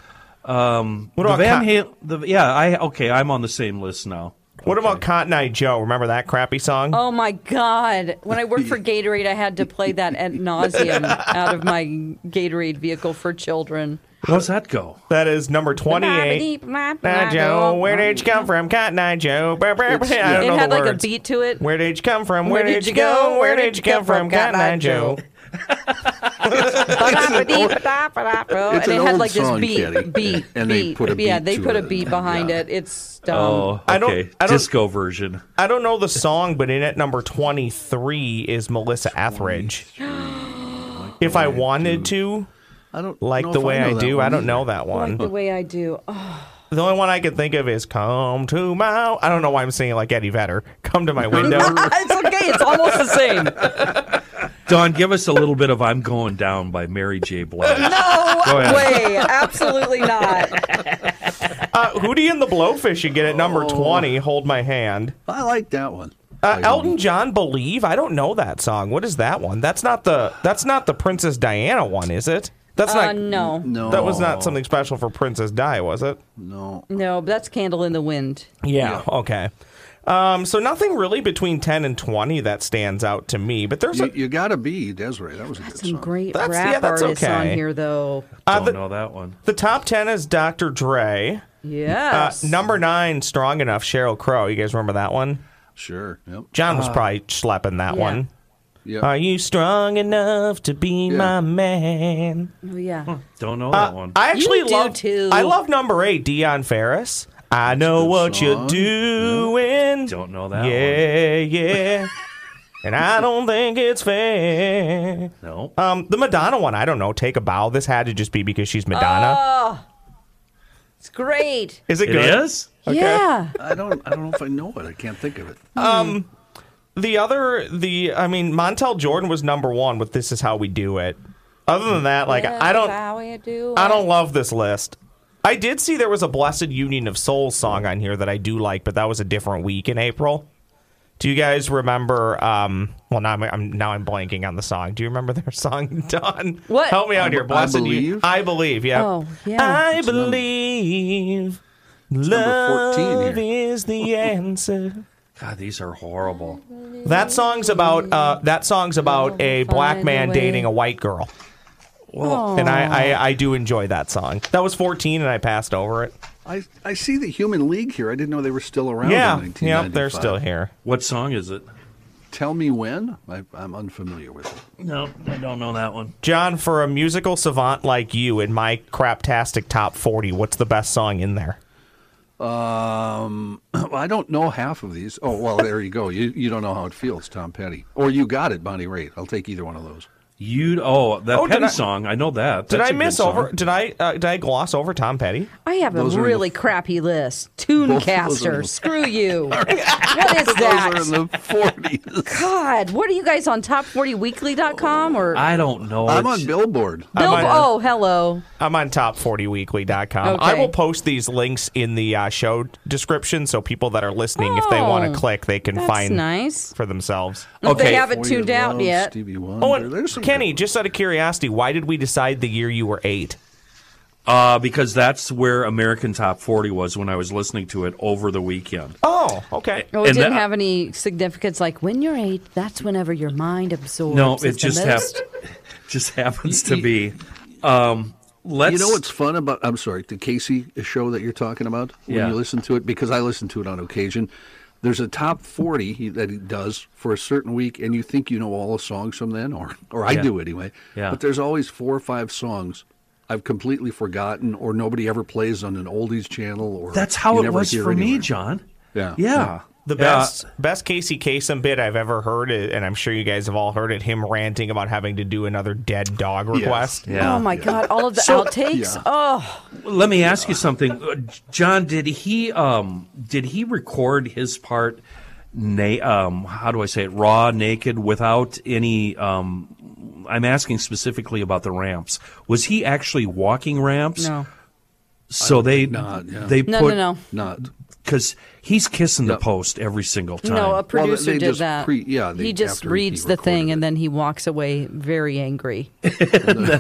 B: Um,
D: What
B: the
D: about
B: Van
D: Con-
B: Halen? The, yeah, I okay. I'm on the same list now.
D: What about Cotton Eye Joe? Remember that crappy song?
C: Oh my God! When I worked for Gatorade, I had to play that ad nauseum out of my Gatorade vehicle for children.
B: How's that go?
D: That is number twenty-eight. Cotton Eye Joe, where did you come from? Cotton Eye Joe. Brr, brr, brr. I don't
C: It
D: know
C: had
D: the
C: like a
D: words.
C: beat to it.
D: Where did you come from? Where did you go? Where did you come from? Cotton Eye Joe.
C: and it
E: an
C: had
E: old
C: like this
E: song,
C: beat,
E: Kitty.
C: beat,
E: And they
C: beat.
E: put a
C: yeah,
E: beat
C: they
E: to
C: put a
E: it.
C: beat behind
E: Yeah.
C: it. It's dumb.
B: Oh, okay.
D: Um, I don't- I don't-
B: Disco version.
D: I don't know the song, but in at number 23 is Melissa Etheridge.
E: Oh
D: If I wanted to,
E: I don't
D: like
E: know
D: the
E: if
D: way
E: know
D: I,
E: that
D: do,
E: one
D: I don't
E: either.
D: know that one.
C: like the way I do. Oh,
D: the only one I can think of is Come to My. I don't know why I'm singing like Eddie Vedder. Come to my window.
C: it's okay. It's almost the same.
B: Don, give us a little bit of "I'm Going Down" by Mary J. Blige. Go
C: No
B: ahead.
C: way. Absolutely not.
E: Oh.
D: uh, Hootie and the Blowfish you get at number 20, Hold My Hand.
E: I like that one.
D: Uh, Elton John, "Believe." I don't know that song. What is that one? That's not the that's not the Princess Diana one, is it? That's
C: Uh,
D: not
C: no.
E: No,
D: That was not something special for Princess Di, was it?
E: No,
C: No, but that's Candle in the Wind.
D: Yeah. Okay. Um, so nothing really between ten and twenty that stands out to me, but there's
E: you,
D: a,
E: you gotta be Desiree. That was a good
C: Some
E: song.
C: great
D: That's-
C: rap
D: yeah, that's
C: artists
D: okay.
C: on here, though.
D: uh,
B: Don't
D: the,
B: know that one.
D: the top ten is Dr. Dre. Uh,
C: Yes.
D: number nine, Strong Enough, Cheryl Crow. You guys remember that one?
E: Sure. Yep.
D: John was probably schlepping that
C: Uh, yeah.
D: one.
E: Yep.
D: Are you strong enough to be
E: Yeah.
D: my man?
C: Oh, yeah.
B: Don't know that one.
D: Uh, I actually
C: do
D: love.
C: too.
D: I love number eight, Dion Ferris. I know
E: good
D: what you're
E: song.
D: doing.
B: Don't know that
D: Yeah, yeah. and I don't think it's fair.
B: No.
D: Um, the Madonna one, I don't know. Take a bow. This had to just be because she's Madonna.
C: It's great.
D: is it
B: it
D: good?
B: is?
C: Yeah.
E: I don't. I don't know if I know it. I can't think of it.
D: The other, the I mean, Montel Jordan was number one with "This Is How We Do It." Other than that, like I don't,
C: How you do
D: I don't
C: it.
D: love this list. I did see there was a Blessed Union of Souls song on here that I do like, but that was a different week in April. Do you guys remember? Um, well, now I'm, I'm now I'm blanking on the song. Do you remember their song, Don?
C: What?
D: Help me out here.
E: I
D: Blessed Union.
E: Believe?
D: I believe. Yeah.
C: Oh, yeah.
D: I believe
E: number 14
D: love
E: here.
D: is the answer.
B: God, these are horrible.
D: That song's about uh, that song's about a
C: Find
D: black
C: a
D: man
C: Oh, way.
D: dating a white girl.
B: Well,
D: And I, I, I do enjoy that song. That was 14 and I passed over it.
E: I I see the Human League here. I didn't know they were still around.
D: Yeah,
E: in
D: yeah, they're
E: 1995.
D: still here.
B: what song is it?
E: Tell me when. I, I'm unfamiliar with it.
B: No, I don't know that one.
D: John, for a musical savant like you in my craptastic top 40, what's the best song in there?
E: Um, I don't know half of these. Oh well, there you go. You you don't know how it feels, Tom Petty, or you got it, Bonnie Raitt. I'll take either one of those.
B: You oh that
D: Oh, did
B: Penny
D: I-
B: song I know that.
D: Did
B: That's a
D: I
B: good
D: miss
B: song.
D: over? Did I uh, did I gloss over Tom Petty?
C: I have
E: Those are
C: a
E: in the-
C: really crappy list.
E: Both of those are
C: Toonecaster.
E: in the-
C: Screw you. what is
E: Those
C: that?
E: are in the 40s.
C: God, what are you guys on top40weekly.com or
B: I don't know.
E: I'm
B: It's-
E: on Billboard.
C: Bill?
D: on-
C: Oh, hello.
D: I'm on top40weekly.com. I
C: Okay.
D: will post these links in the uh, show description so people that are listening, if they want
C: Oh,
D: to click, they can
C: That's
D: find
C: nice.
D: for themselves.
C: If
B: Okay.
C: They haven't
E: 40
C: tuned out
E: Love,
C: yet.
E: Stevie Wonder.
D: Oh, and
E: There's some
D: Kenny,
E: good
D: just out of curiosity, why did we decide the year you were eight?
B: uh, because that's where American Top 40 was when I was listening to it over the weekend.
D: Oh, okay.
C: Oh, it
B: And
C: didn't
B: that-
C: have any significance. Like when you're eight, that's whenever your mind absorbs.
B: No, it
C: It's the
B: just
C: most-
B: happened. Just happens to
E: You-
B: be. Um, let's.
E: You know what's fun about? I'm sorry, the Casey show that you're talking about. When
B: Yeah.
E: you listen to it, because I listen to it on occasion. There's a top 40 he- that he does for a certain week, and you think you know all the songs from then, or or I
B: Yeah.
E: do anyway.
B: Yeah.
E: But there's always four or five songs I've completely forgotten, or nobody ever plays on an oldies channel, or
B: That's how
E: you
B: it
E: never
B: was
E: hear
B: for me,
E: anywhere.
B: John.
E: Yeah.
B: Yeah.
D: The
B: Yeah.
D: best best Casey Kasem bit I've ever heard, i- and I'm sure you guys have all heard it. Him ranting about having to do another dead dog request.
B: Yeah.
C: Oh my God! All of the outtakes.
E: Yeah.
C: Oh,
B: Let me ask you something, Uh, John. Did he um did he record his part? Na- um, how do I say it? Raw, naked, without any. Um, I'm asking specifically about the ramps. Was he actually walking ramps?
C: no,
B: So they
E: not, yeah.
B: they
C: no,
B: put
C: no, no,
E: Not
B: because he's kissing
E: Yep.
B: the post every single time.
C: no. A
E: Well,
C: producer
E: they
C: did
E: just
C: that.
E: pre- yeah, they-
C: he just
E: after he
C: reads the thing
E: recorded
C: and
E: it.
C: then he walks away very angry.
B: and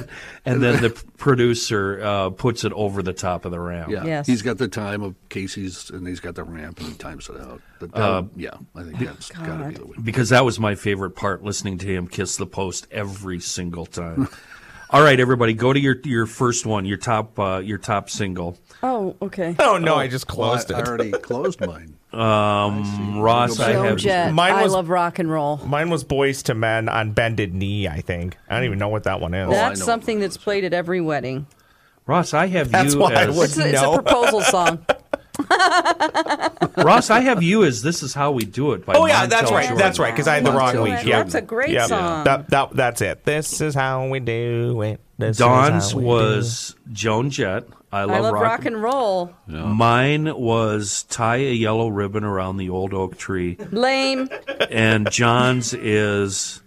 B: then the producer uh, puts it over the top of the ramp.
E: Yeah,
C: Yes.
E: he's got the time of Casey's, and he's got the ramp, and he times it out. But that-
B: Uh,
E: yeah, I think that's got to be the way.
B: because that was my favorite part listening to him kiss the post every single time all right everybody go to your your first one your top uh, your top single
C: Oh, okay.
D: Oh no, I just closed
E: Well, I, I
D: it.
E: already closed mine.
B: um, ross i
C: Joan
B: have
C: Jett.
D: Mine
C: I
D: was-
C: love rock and roll.
D: Mine was Boys to Men on Bended Knee. I think I don't even know what that one is.
E: That- Oh, I
C: That's
E: know
C: something
E: what that
C: that's played at every wedding.
B: ross i have
D: That's
B: you
D: why I
B: as
D: would-
C: It's a, it's
D: No.
C: a proposal song.
B: ross i have you as this is how we do it by
D: oh yeah,
B: Montel
D: that's right.
B: Jordan.
D: That's right. Because I had the wrong
E: Montel
D: week.
E: Jordan.
D: Yep.
C: That's a great
D: Yep.
C: song.
D: That, that that's it. This is how we do it. This is
B: Dawn's
D: how we
B: was Joan Jett. I love,
C: I love
B: rock.
C: rock and roll.
B: Mine was tie a yellow ribbon around the old oak tree,
C: Lame.
B: and John's is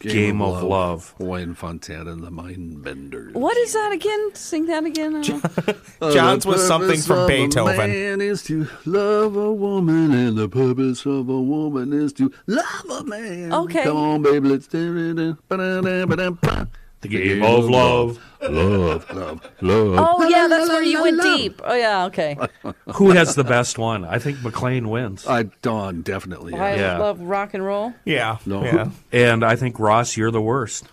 B: Game, of, love.
E: Hawaiian Fontana and the Mind Benders.
C: What is that again? Sing that again. I don't-
D: John's was
E: uh, The
D: something
E: purpose
D: from
E: of a
D: Beethoven.
E: man is to love a woman, and the purpose of a woman is to love a man.
C: Okay.
E: Come on, baby, let's do it. uh, ba-da-da-ba-da-ba.
B: The game of love.
E: Love, love, love.
C: Oh yeah, that's
E: la,
C: where you
E: la,
C: went
E: la.
C: deep. Oh yeah, okay.
B: Who has the best one? I think McLean wins.
E: I Dawn definitely. yeah.
C: I
B: Yeah.
C: love rock and roll.
D: Yeah.
E: No.
D: Yeah.
B: And I think Ross, you're the worst.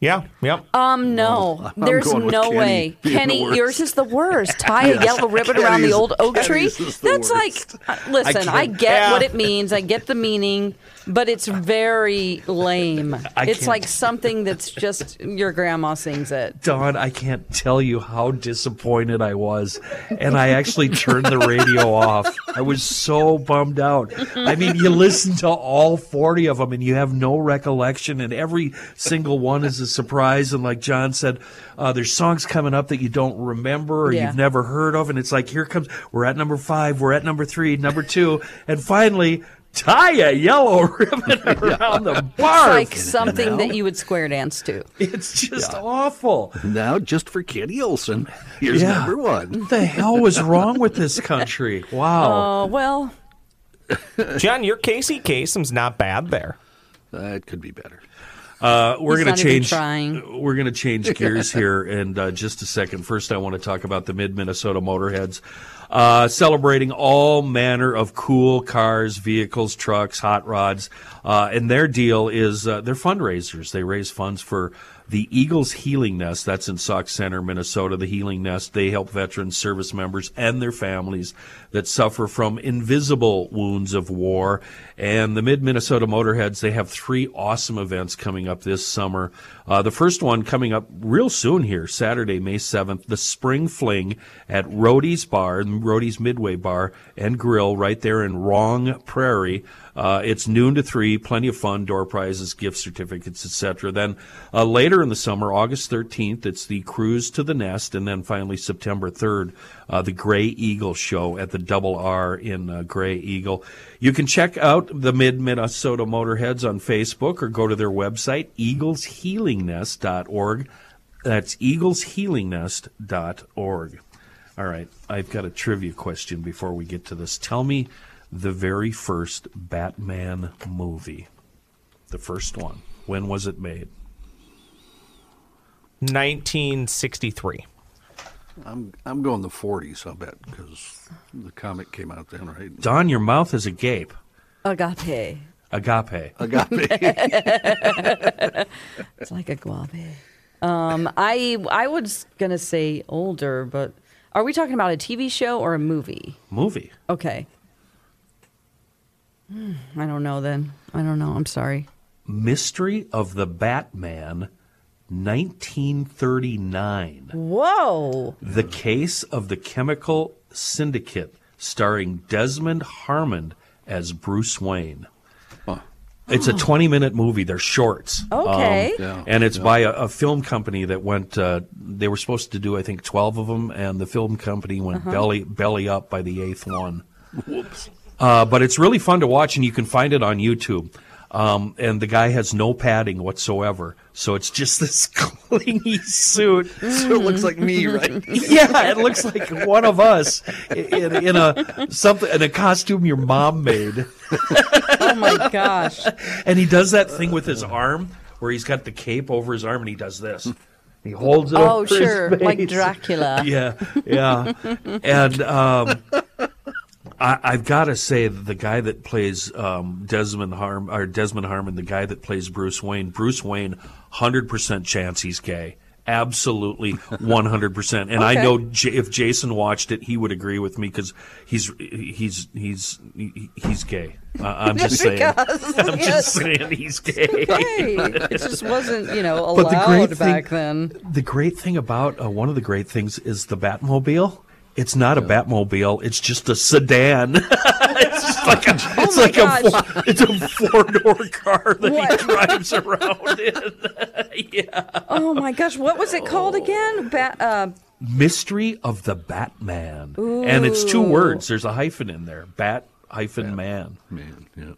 D: Yeah. Yep.
C: Um, no,
E: I'm
C: there's
E: going with
C: no
E: Kenny
C: way.
E: being the
C: Kenny,
E: worst.
C: yours is the worst. Tie a yellow ribbon
E: Kenny's-
C: around the old oak tree.
E: Kenny's is the
C: That's
E: worst.
C: like, uh, listen, I,
E: can't-
C: get
D: Yeah.
C: what it means. I get the meaning, but it's very lame.
B: I
C: it's
B: can't.
C: like something that's just your grandma sings it.
B: Don, I can't tell you how disappointed I was. And I actually turned the radio off. I was so bummed out. I mean, you listen to all 40 of them and you have no recollection, and every single one is a surprise. And like John said, uh, there's songs coming up that you don't remember or
C: Yeah.
B: you've never heard of. And it's like, here comes, we're at number five, we're at number three, number two. And finally, tie a yellow ribbon around the
C: It's
B: bar.
C: like something that you would square dance to.
B: It's just awful.
E: Now, just for Kenny Olson, here's
B: Yeah.
E: number one.
B: What the hell was wrong with this country? Wow.
C: Oh, well,
D: John, your Casey Kasem's not bad there.
E: That could be better.
B: Uh, we're
C: Oh, he's
B: going
C: not
B: to
C: even
B: change.
C: trying.
B: We're going to change gears here in uh, just a second. First, I want to talk about the Mid Minnesota Motorheads uh, celebrating all manner of cool cars, vehicles, trucks, hot rods, uh, and their deal is uh, they're fundraisers. They raise funds for the Eagles Healing Nest. That's in Sauk Center, Minnesota. The Healing Nest. They help veterans, service members, and their families that suffer from invisible wounds of war. And the Mid Minnesota Motorheads, they have three awesome events coming up this summer. Uh, the first one coming up real soon here, Saturday, May 7th, the Spring Fling at Rhodey's Bar, Rhodey's Midway Bar and Grill right there in Wrong Prairie. Uh, it's noon to three, plenty of fun, door prizes, gift certificates, etc. Then uh, later in the summer, August 13th, it's the Cruise to the Nest, and then finally September 3rd, uh, the Gray Eagle Show at the Double R in uh, Gray Eagle. You can check out the Mid Minnesota Motorheads on Facebook or go to their website, eagleshealingnest.org. That's eagleshealingnest.org. All right, I've got a trivia question before we get to this. Tell me the very first Batman movie. The first one. When was it made?
D: 1963.
E: I'm I'm going the 40s, I bet, because the comic came out then, right?
B: Don, your mouth is agape.
C: agape.
B: Agape.
E: Agape.
C: It's like a guave. Um, I I was gonna say older, but are we talking about a TV show or a movie?
B: Movie.
C: Okay. Hmm, I don't know. Then I don't know. I'm sorry.
B: Mystery of the Batman, 1939.
C: Whoa!
B: The Case of the Chemical Syndicate, starring Desmond Harmon as Bruce Wayne. It's a 20 minute movie. They're shorts. Um,
C: Okay.
E: Yeah.
B: and it's by a, a film company that went. Uh, they were supposed to do, I think, twelve of them, and the film company went belly belly up by the eighth one.
E: Whoops.
B: Uh, but it's really fun to watch, and you can find it on YouTube. Um, and the guy has no padding whatsoever, so it's just this clingy suit.
E: So it looks like me, right?
B: Yeah, it looks like one of us i- in, in a something in a costume your mom made.
C: Oh my gosh!
B: And he does that thing with his arm where he's got the cape over his arm and he does this. He holds it
C: Oh
B: over his
C: sure, like
B: face.
C: Dracula.
B: Yeah, yeah. and um, I, I've got to say that the guy that plays um, Desmond Harm or Desmond Harmon, the guy that plays Bruce Wayne, Bruce Wayne, hundred percent chance he's gay. Absolutely, one hundred percent. And I
C: Okay.
B: know J- if Jason watched it, he would agree with me because he's he's he's he- he's gay. I I'm just saying. I'm just saying he's gay.
C: Hey, it just wasn't you know
B: But the great
C: allowed
B: thing-
C: back then.
B: The great thing about uh, one of the great things is the Batmobile. It's not a Batmobile. It's just a sedan. it's just like a, it's
C: Oh my
B: like a
C: gosh.
B: four, it's a four door car that
C: What?
B: he drives around in.
C: Oh my gosh, what was it called again? Ba- uh,
B: Mystery of the Batman, and it's two words. There's a hyphen in there. Bat hyphen man.
E: Man, yeah.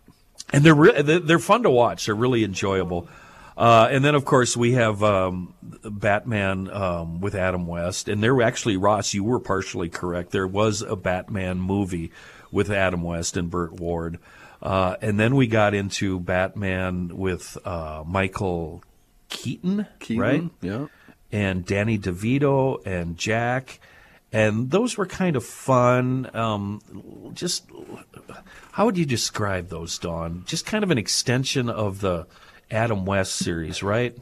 B: and they're re- they're they're fun to watch. They're really enjoyable. Uh, and then, of course, we have um, Batman um, with Adam West. And there were actually, Ross, you were partially correct. There was a Batman movie with Adam West and Burt Ward. Uh, and then we got into Batman with uh, Michael Keaton,
E: Keaton,
B: right?
E: Yeah.
B: and Danny DeVito and Jack, and those were kind of fun. Um, just how would you describe those, Dawn? Just kind of an extension of the Adam West series, right?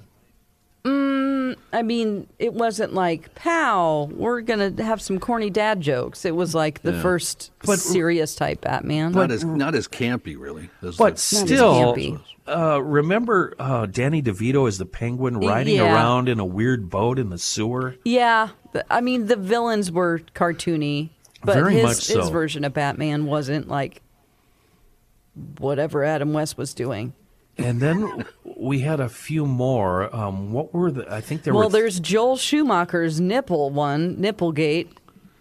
C: I mean, it wasn't like, pow, we're going to have some corny dad jokes. It was like the first serious type Batman.
E: Not as not as campy, really. as
B: But
E: the-
B: still,
C: campy.
B: uh, remember uh, Danny DeVito as the Penguin riding
C: yeah.
B: around in a weird boat in the sewer?
C: yeah. th- I mean, the villains were cartoony, but
B: Very
C: his,
B: much so.
C: his version of Batman wasn't like whatever Adam West was doing.
B: And then we had a few more. Um, what were the? I think there
C: well,
B: were.
C: there's Joel Schumacher's nipple one, Nipplegate.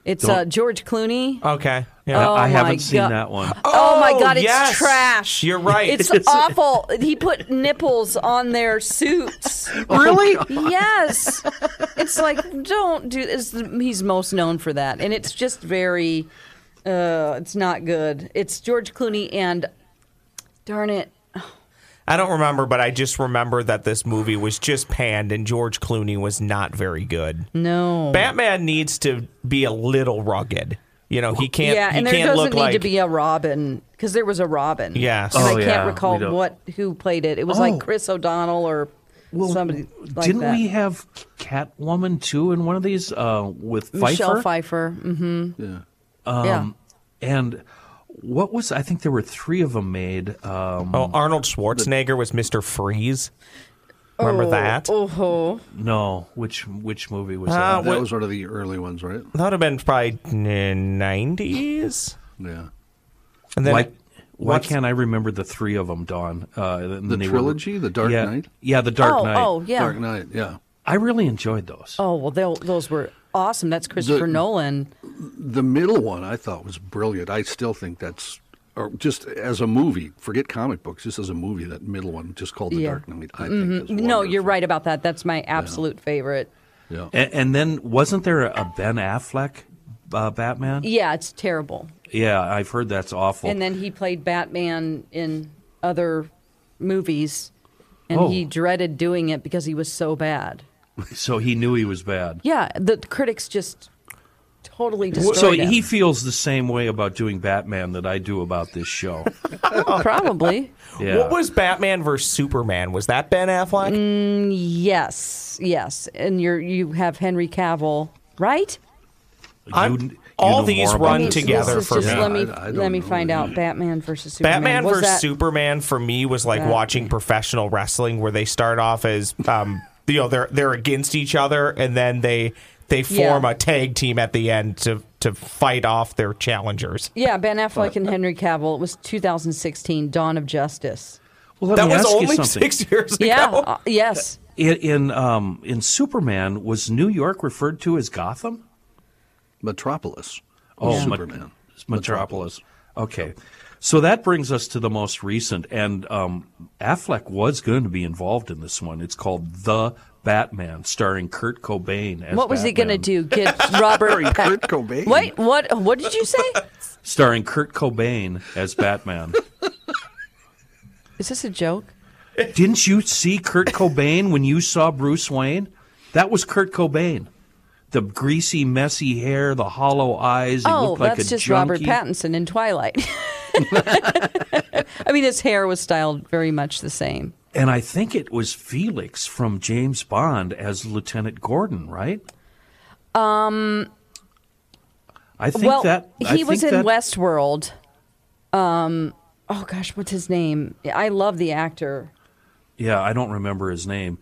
C: It's uh,
B: Don't-
C: George Clooney.
D: Okay.
B: I,
D: Yeah.
C: oh
B: I
C: my
B: haven't seen
C: God.
B: that one.
C: Oh, my
D: Oh,
C: God, it's
D: yes.
C: trash.
D: You're right.
C: It's awful. He put nipples on their suits.
D: really?
C: Yes. It's like, don't do this. He's most known for that. And it's just very, uh, it's not good. It's George Clooney and, darn it.
D: I don't remember, but I just remember that this movie was just panned and George Clooney was not very good.
C: Hmm. No.
D: Batman needs to be a little rugged. You know, he can't.
C: yeah,
D: he
C: and there
D: can't
C: doesn't
D: look
C: need
D: like,
C: to be a Robin because there was a Robin.
D: Yes.
C: And
D: Oh,
C: I can't
B: yeah,
C: recall
B: we don't-
C: what who played it. It was
B: Oh.
C: like Chris O'Donnell or somebody like
B: didn't
C: that.
B: we have Catwoman too in one of these uh, with Pfeiffer?
C: Michelle Pfeiffer. Mm-hmm. Yeah.
B: Um, And what was I think there were three of them made. Um,
D: Oh, Arnold Schwarzenegger was Mr. Freeze. Remember that?
C: Oh, ho.
B: no, which which movie was
D: Uh,
B: that?
E: that was one of the early ones, right?
D: That would have been probably nineties.
E: Yeah.
D: And then
B: why why
D: what's-
B: can't I remember the three of them, Don? Uh, and
E: The
B: they were-
E: trilogy, The Dark
B: yeah,
E: Knight.
B: Yeah, the Dark
C: oh,
B: Knight.
C: oh, yeah.
E: Dark Knight. Yeah.
B: I really enjoyed those.
C: Oh well, they'll- those were awesome. That's Christopher Nolan.
E: The middle one I thought was brilliant. I still think that's, or just as a movie, forget comic books, just as a movie, that middle one, just called The
C: Yeah. Mm-hmm.
E: Dark Knight, I think is
C: No, you're
E: wonderful.
C: right about that. That's my absolute favorite.
E: Yeah.
B: A- And, then wasn't there a Ben Affleck uh, Batman?
C: Yeah, it's terrible.
B: Yeah, I've heard that's awful.
C: And then he played Batman in other movies, and
B: Oh.
C: he dreaded doing it because he was so bad.
B: so he knew he was bad.
C: Yeah, the critics just totally destroyed
B: So
C: him.
B: he feels the same way about doing Batman that I do about this show.
C: probably
B: Yeah.
D: What was Batman versus Superman? Was that Ben Affleck?
C: yes, yes. And you're you have Henry Cavill, right?
D: I'm-
B: You- you
D: all
B: know
D: these
B: more about
D: run
B: this.
D: together
C: This is
D: for
C: just,
D: me.
C: Let me
E: I- I don't
C: let me
E: know.
C: find out. Batman versus Superman.
D: Batman
C: was
D: versus
C: that-
D: Superman for me was like watching professional wrestling, where they start off as um, you know they're they're against each other, and then they they
C: Yeah.
D: form a tag team at the end to to fight off their challengers.
C: Yeah, Ben Affleck and Henry Cavill. It was 2016, Dawn of Justice.
B: Well, let
D: That
B: me
D: was
B: ask you
D: only
B: something.
D: six years ago.
C: Yeah, uh, yes.
B: In in, um, in Superman, was New York referred to as Gotham?
E: Metropolis.
B: Oh,
E: was
B: Met-
E: Superman.
B: It's Metropolis. Okay, so that brings us to the most recent, and um, Affleck was going to be involved in this one. It's called The Batman, starring Kurt Cobain as
C: What was he going to
B: Batman.
C: do? Get Robert? Pat-
E: Kurt Cobain.
C: Wait, what? What did you say?
B: Starring Kurt Cobain as Batman.
C: Is this a joke?
B: Didn't you see Kurt Cobain when you saw Bruce Wayne? That was Kurt Cobain. The greasy, messy hair, the hollow eyes. He
C: Oh,
B: looked like
C: that's
B: a
C: just
B: junkie.
C: Robert Pattinson in Twilight. I mean, his hair was styled very much the same.
B: And I think it was Felix from James Bond as Lieutenant Gordon, right? Um, I think
C: well,
B: that I
C: he was
B: think that-
C: in Westworld. Um, oh gosh, what's his name? I love the actor.
B: Yeah, I don't remember his name.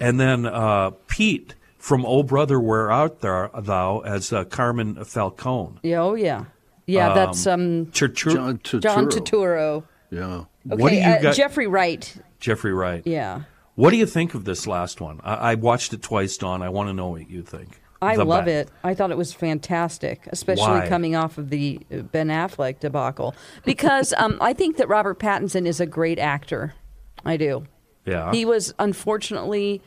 B: And then uh, Pete from Oh Brother, Where Art Thou, thou as uh, Carmen Falcone.
C: Yeah, oh yeah, yeah. that's um,
B: Churchu-
E: John Turturro.
C: John Turturro.
E: Uh, Yeah.
C: Okay,
B: What do you
C: uh,
B: got-
C: Jeffrey Wright.
B: Jeffrey Wright.
C: Yeah,
B: What do you think of this last one? I, I watched it twice, Don. I want to know what you think.
C: I
B: The
C: love
B: Bat-
C: it. I thought it was fantastic, especially
B: Why?
C: coming off of the uh, Ben Affleck debacle. Because um, I think that Robert Pattinson is a great actor. I do.
B: Yeah.
C: He was unfortunately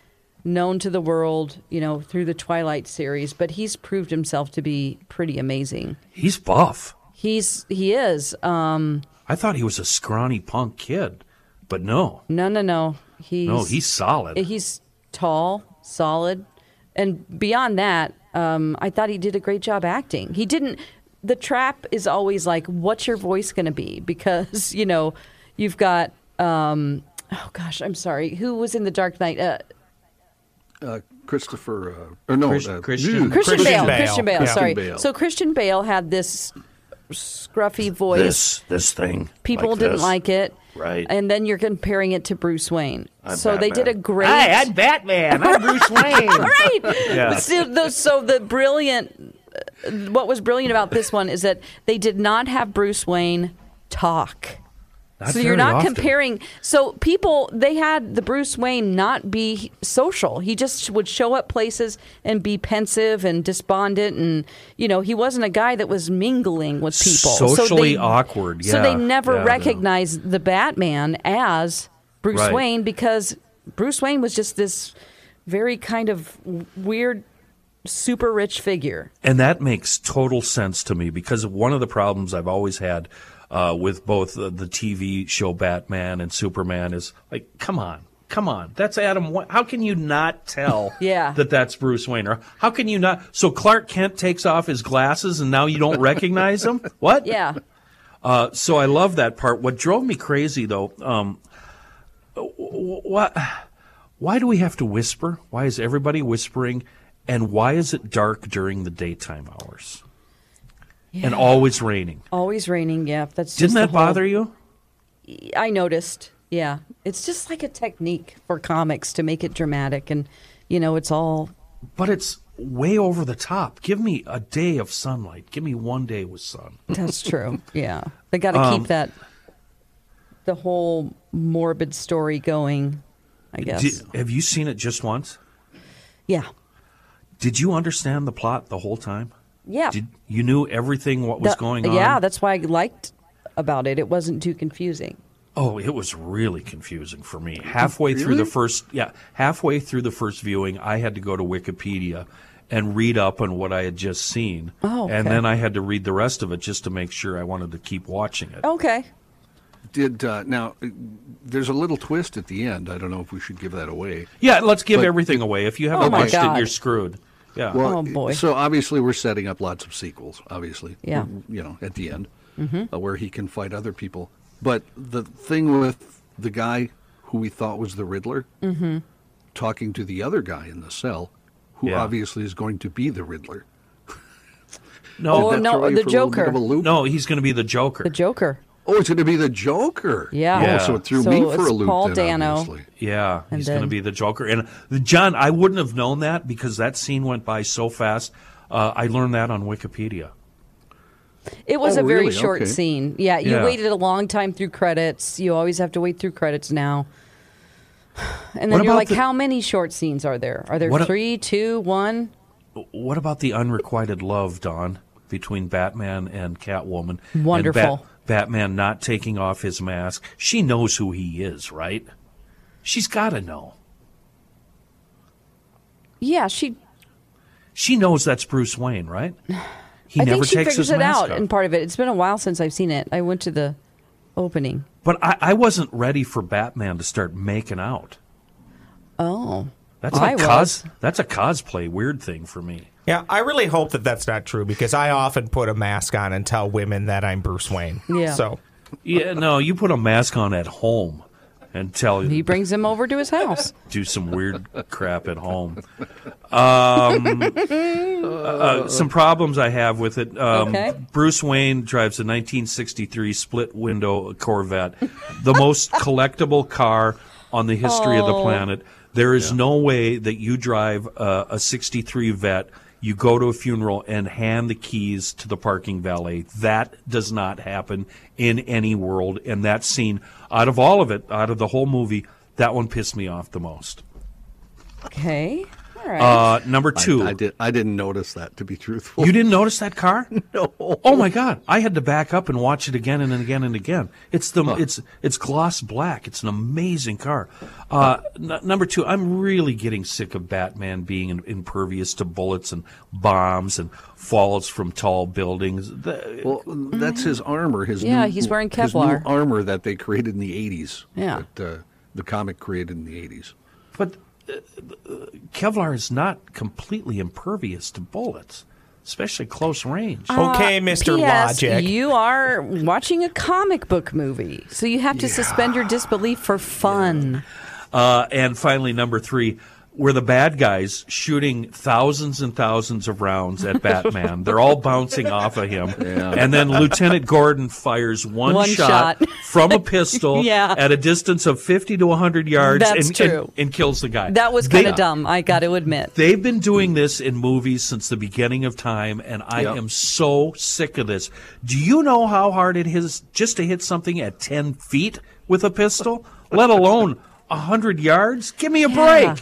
C: known to the world, you know, through the Twilight series, but he's proved himself to be pretty amazing.
B: He's buff.
C: He's he is. Um
B: I thought he was a scrawny punk kid, but no.
C: no no no. He's
B: No, he's solid.
C: he's tall, solid, and beyond that, um, I thought he did a great job acting. He didn't. The trap is always like, "What's your voice going to be?" Because you know, you've got. Um, oh gosh, I'm sorry. Who was in the Dark Knight? Uh,
E: Uh, Christopher, uh, or no,
F: Chris-
E: uh,
F: Christian-
C: Christian,
E: Christian
D: Christian
C: Bale,
D: Bale.
C: Christian Bale.
D: Yeah.
C: Sorry.
E: Christian Bale.
C: So Christian Bale had this scruffy voice.
G: this this thing.
C: People didn't
G: this.
C: like it.
G: Right.
C: And then you're comparing it to Bruce Wayne.
G: I'm
C: so they did a
G: Batman.
C: great
F: Batman. I'm Bruce Wayne.
C: right. But still, the, so the brilliant, uh, what was brilliant about this one is that they did not have Bruce Wayne talk.
B: Not
C: so you're
B: very
C: not
B: often.
C: comparing. So people, they had the Bruce Wayne not be social. He just would show up places and be pensive and despondent, and you know he wasn't a guy that was mingling with people. so
B: Socially
C: they,
B: awkward,
C: So they
B: yeah,
C: never
B: yeah, yeah.
C: recognized the Batman as Bruce
B: Right.
C: Wayne because Bruce Wayne was just this very kind of w- weird, super rich figure.
B: And that makes total sense to me because one of the problems I've always had uh, with both uh, the TV show Batman and Superman is like, come on, come on, that's Adam. Wa- How can you not tell
C: Yeah.
B: that that's Bruce Wayne? Or how can you not? So Clark Kent takes off his glasses and now you don't recognize him? What?
C: Yeah.
B: Uh, so I love that part. What drove me crazy though, um, what? Why do we have to whisper? Why is everybody whispering? And why is it dark during the daytime hours? And always raining.
C: Always raining. Yeah, that's just
B: Didn't
C: the
B: that
C: whole-
B: bother you?
C: I noticed. Yeah. It's just like a technique for comics to make it dramatic and you know, it's all
B: But it's way over the top. Give me a day of sunlight. Give me one day with sun.
C: that's true. yeah. They got to
B: Um,
C: keep that the whole morbid story going, I guess.
B: Did- have you seen it just once?
C: yeah.
B: Did you understand the plot the whole time?
C: Yeah.
B: Did you knew everything what was
C: The-
B: going on?
C: Yeah, that's why I liked about it. It wasn't too confusing.
B: Oh, it was really confusing for me. Halfway through the first, yeah, halfway through the first viewing, I had to go to Wikipedia and read up on what I had just seen.
C: Oh,
B: and
C: okay.
B: then I had to read the rest of it just to make sure I wanted to keep watching it.
C: Okay.
E: did uh, now. uh, There's a little twist at the end. I don't know if we should give that away.
B: Yeah, let's give
E: But-
B: everything away. If you haven't
C: Oh my
B: watched
C: God.
B: it, you're screwed. Yeah.
E: Well,
C: Oh, boy.
E: So obviously, we're setting up lots of sequels. Obviously,
C: Yeah. Mm-hmm.
E: You know, at the end, uh, where he can fight other people. But the thing with the guy who we thought was the Riddler
C: Mm-hmm.
E: talking to the other guy in the cell, who
B: Yeah.
E: obviously is going to be the Riddler.
B: no,
C: Oh,
E: Did that
C: no,
E: throw you
C: the
E: for a little bit
C: Joker.
E: of a loop?
B: no, he's going to be the Joker.
C: The Joker.
E: Oh, it's going to be the Joker.
C: Yeah.
B: Yeah.
E: Oh, so it threw
C: So
E: me
C: it's
E: for a loop.
C: Paul
E: then,
C: Dano.
E: obviously.
B: Yeah, he's going to
C: then-
B: be the Joker. And uh, John, I wouldn't have known that because that scene went by so fast. Uh, I learned that on Wikipedia.
C: It was
E: Oh,
C: a very
E: really?
C: short
E: Okay.
C: scene. Yeah, you
B: Yeah.
C: waited a long time through credits. You always have to wait through credits now. And then
B: What
C: you're
B: about
C: like,
B: the-
C: how many short scenes are there? Are there
B: What a-
C: three, two, one?
B: What about the unrequited love, Don, between Batman and Catwoman? And
C: Wonderful.
B: Bat- Batman not taking off his mask. She knows who he is, right? She's got to know.
C: Yeah, she.
B: She knows that's Bruce Wayne, right? He
C: I
B: never
C: think she
B: takes
C: figures
B: his
C: it
B: mask
C: out
B: off.
C: in part of it. It's been a while since I've seen it. I went to the opening.
B: But I, I wasn't ready for Batman to start making out.
C: Oh,
B: That's
C: I
B: a
C: was.
B: cos- That's a cosplay weird thing for me.
D: Yeah, I really hope that that's not true because I often put a mask on and tell women that I'm Bruce Wayne.
C: Yeah.
D: So
B: Yeah, no, you put a mask on at home and tell
C: he brings him over to his house.
B: do some weird crap at home. Um, uh, some problems I have with it. Um,
C: Okay.
B: Bruce Wayne drives a 1963 split window Corvette, the most collectible car on the history of the
C: Oh.
B: planet. There is no way that you drive a, a 63 vet, you go to a funeral and hand the keys to the parking valet. That does not happen in any world. And that scene, out of all of it, out of the whole movie, that one pissed me off the most.
C: Okay. right.
B: Uh, number two,
E: I, I did. I didn't notice that. To be truthful,
B: you didn't notice that car? No. Oh my God! I had to back up and watch it again and again and again. It's the it's it's gloss black. It's an amazing car. Uh, n- number two, I'm really getting sick of Batman being in- impervious to bullets and bombs and falls from tall buildings. The-
E: Well, that's his armor. His
C: Mm. Yeah,
E: new-
C: he's wearing
E: his new
C: Kevlar.
E: armor that they created in the '80s.
C: Yeah.
E: that, uh, the comic created in the '80s.
B: But uh, Kevlar is not completely impervious to bullets, especially close range.
C: Uh,
D: Okay, Mr.
C: P.S.
D: Logic.
C: You are watching a comic book movie, so you have to suspend your disbelief for fun.
B: Uh, and finally, number three, were the bad guys shooting thousands and thousands of rounds at Batman. They're all bouncing off of him. And then Lieutenant Gordon fires one,
C: One shot.
B: from a pistol
C: Yeah.
B: at a distance of 50 to 100 yards and,
C: That's
B: and-
C: true.
B: and kills the guy.
C: That was
B: They-
C: kind of dumb, I got to admit.
B: They've been doing
D: Hmm.
B: this in movies since the beginning of time, and I
E: Yep.
B: am so sick of this. Do you know how hard it is just to hit something at 10 feet with a pistol, let alone 100 yards? Give me a
C: Yeah.
B: break.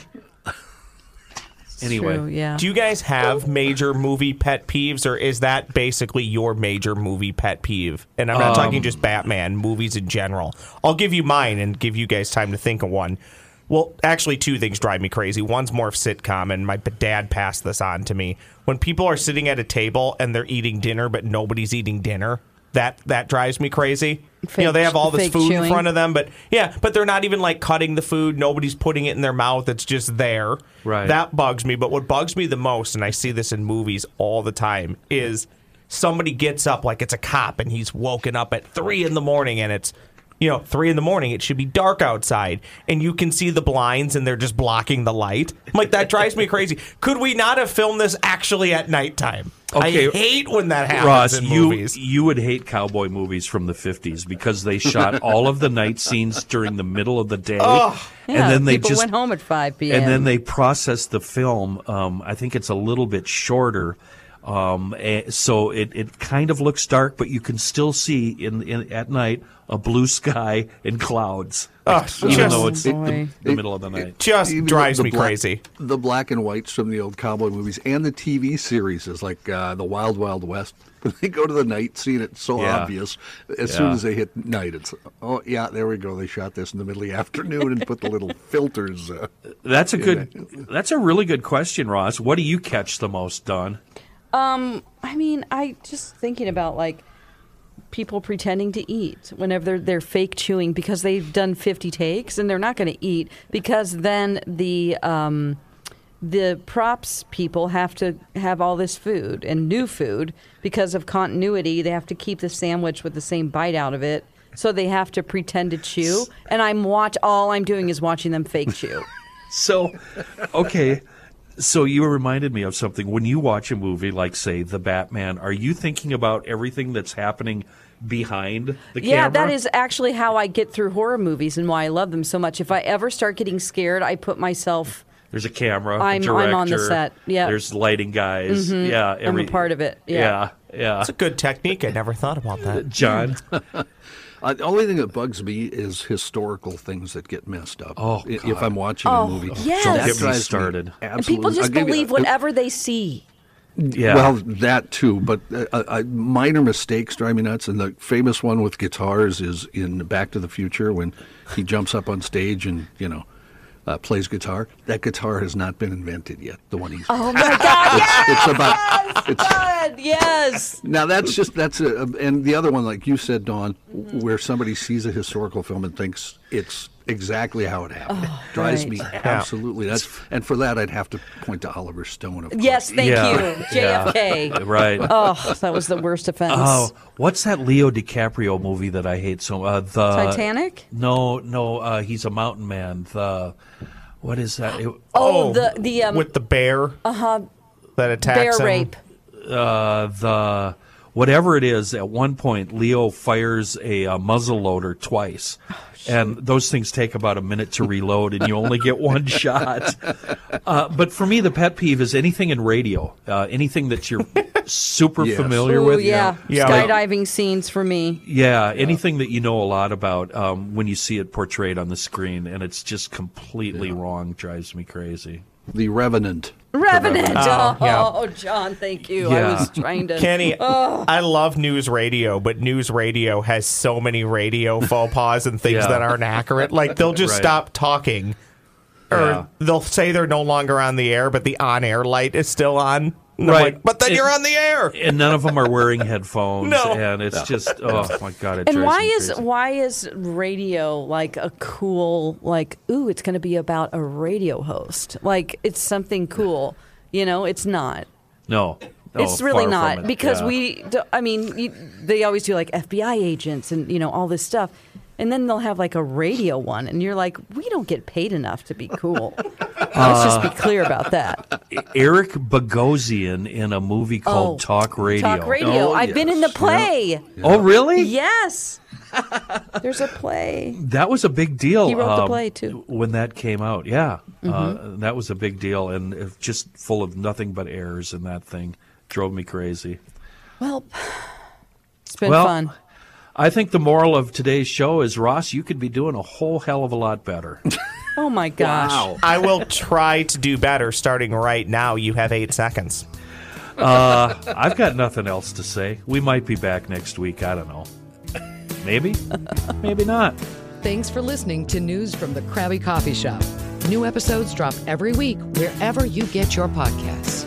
B: anyway,
C: True, yeah.
D: Do you guys have major movie pet peeves, or is that basically your major movie pet peeve? And I'm not talking just Batman, movies in general. I'll give you mine and give you guys time to think of one. Well, actually, two things drive me crazy. One's more of sitcom, and my b- dad passed this on to me. When people are sitting at a table and they're eating dinner, but nobody's eating dinner, that that drives me crazy. you know,
C: Fake-
D: they have all this
C: fake
D: food in
C: chewing.
D: front of them, but yeah, but they're not even like cutting the food. Nobody's putting it in their mouth. It's just there.
B: Right.
D: That bugs me. But what bugs me the most, and I see this in movies all the time, is somebody gets up like it's a cop and he's woken up at three in the morning and it's you know three in the morning it should be dark outside and you can see the blinds and they're just blocking the light I'm like that drives me crazy could we not have filmed this actually at nighttime
B: Okay.
D: i hate when that happens
B: Ross,
D: in
B: you
D: movies
B: you would hate cowboy movies from the fifties because they shot all of the night scenes during the middle of the day, and
C: Oh. Yeah,
B: then they
C: people
B: just
C: went home at 5 p.m.
B: and then they process the film. Um, I think it's a little bit shorter, um, eh, so it, it kind of looks dark, but you can still see in, in at night a blue sky and clouds,
D: Ugh,
B: even
D: just-
B: though it's
C: Oh,
B: the,
C: boy.
B: the middle of the night.
D: just
E: Even
D: drives
E: the
D: me
E: black-
D: crazy
E: The black and whites from the old cowboy movies and the TV series is like uh, the Wild Wild West. When they go to the night scene, it's so
B: Yeah.
E: obvious. As
B: Yeah.
E: soon as they hit night, it's oh yeah, there we go. They shot this in the middle of the afternoon and put the little filters. Uh,
B: That's a good. That's a really good question, Ross. What do you catch the most, Don?
C: Um, I mean, I just thinking about like people pretending to eat whenever they're, they're fake chewing because they've done 50 takes and they're not going to eat because then the um, the props people have to have all this food and new food because of continuity. They have to keep the sandwich with the same bite out of it. So they have to pretend to chew, and I'm watch. All I'm doing is watching them fake chew.
B: So, okay. So you reminded me of something. When you watch a movie like, say, The Batman, are you thinking about everything that's happening behind the
C: Yeah,
B: camera?
C: that is actually how I get through horror movies and why I love them so much. If I ever start getting scared, I put myself
B: There's a camera. a
C: I'm- I'm on the
B: director,
C: set, yeah.
B: There's lighting guys. Yeah.
C: I'm a part of it, yeah.
B: Yeah. yeah.
D: it's a good technique i never thought about that
B: John.
E: Uh, the only thing that bugs me is historical things that get messed up.
B: Oh,
E: i- if
B: God.
E: I'm watching
C: Oh,
E: a movie,
C: yes. Don't
E: That
C: get me
E: drives
B: started.
C: and people
E: absolutely-
C: just
E: I'll give you-
C: believe whatever they see.
B: Yeah.
E: Well, that too, but uh, uh, minor mistakes drive me nuts. And the famous one with guitars is in Back to the Future when he jumps up on stage and you know uh, plays guitar. That guitar has not been invented yet. The one he's
C: Oh my god, yes,
E: it's about it's
C: God, yes.
E: now that's just that's a a- and the other one like you said, Dawn,
C: Mm-hmm.
E: where somebody sees a historical film and thinks it's exactly how it happened. It drives
C: Oh, right.
E: me absolutely nuts. And for that, I'd have to point to Oliver Stone. Of course.
C: Yes, thank
B: Yeah.
C: you.
B: Yeah.
C: JFK.
B: right.
C: Oh, that was the worst offense.
B: Oh, what's that Leo DiCaprio movie that I hate so? Uh, the
C: Titanic?
B: No, no. Uh, he's a mountain man. The what is that? It-
C: Oh, the the um,
D: with the bear uh-huh that
C: bear
D: attacks him.
C: rape.
B: uh, the whatever it is. At one point, Leo fires a, uh muzzle loader twice,
C: Oh,
B: and those things take about a minute to reload, and you only get one shot. Uh, but for me, the pet peeve is anything in radio, uh, anything that you're super
E: Yes.
B: familiar
C: Ooh,
B: with.
C: Oh, yeah.
D: Yeah.
C: Skydiving scenes for me.
B: Yeah, anything that you know a lot about um, when you see it portrayed on the screen and it's just completely wrong drives me crazy.
E: The Revenant.
C: Revenant. Oh,
D: yeah.
C: John, thank you.
B: Yeah.
C: I was trying to.
D: Kenny, I love news radio, but news radio has so many radio faux pas and things
B: Yeah.
D: that aren't accurate. Like they'll just
B: Right.
D: stop talking, or
B: Yeah.
D: they'll say they're no longer on the air, but the on-air light is still on. And I'm
B: Right.
D: like, but then
B: It-
D: you're on the air.
B: and none of them are wearing headphones.
D: No.
B: and it's just oh my god. It
C: and
B: drives
C: why
B: me
C: is
B: crazy.
C: why is radio like a cool like ooh it's going to be about a radio host like it's something cool you know it's not
B: no? no,
C: it's really
B: Oh, far from
C: not
B: it.
C: because
B: Yeah.
C: we do, i mean you, they always do like fbi agents and you know all this stuff and then they'll have like a radio one and you're like we don't get paid enough to be cool let's just be
B: Uh.
C: clear about that
B: Eric Bogosian in a movie called
C: Oh,
B: Talk Radio.
C: talk radio
E: Oh,
C: i've been in the
E: yes.
C: play
B: Oh really?
C: yes there's a play
B: That was a big deal. um,
C: He wrote the play, too. Mm-hmm.
B: When that came out, yeah, uh, that was a big deal, and it- just full of nothing but errors. And that thing drove me crazy.
C: well it's been
B: Well,
C: fun
B: I think the moral of today's show is Ross, you could be doing a whole hell of a lot better.
C: Oh my gosh.
D: I will try to do better starting right now. You have eight seconds.
B: I've got nothing else to say. We might be back next week. I don't know. Maybe, maybe not.
A: Thanks for listening to News from the Krabby Coffee Shop. New episodes drop every week wherever you get your podcasts.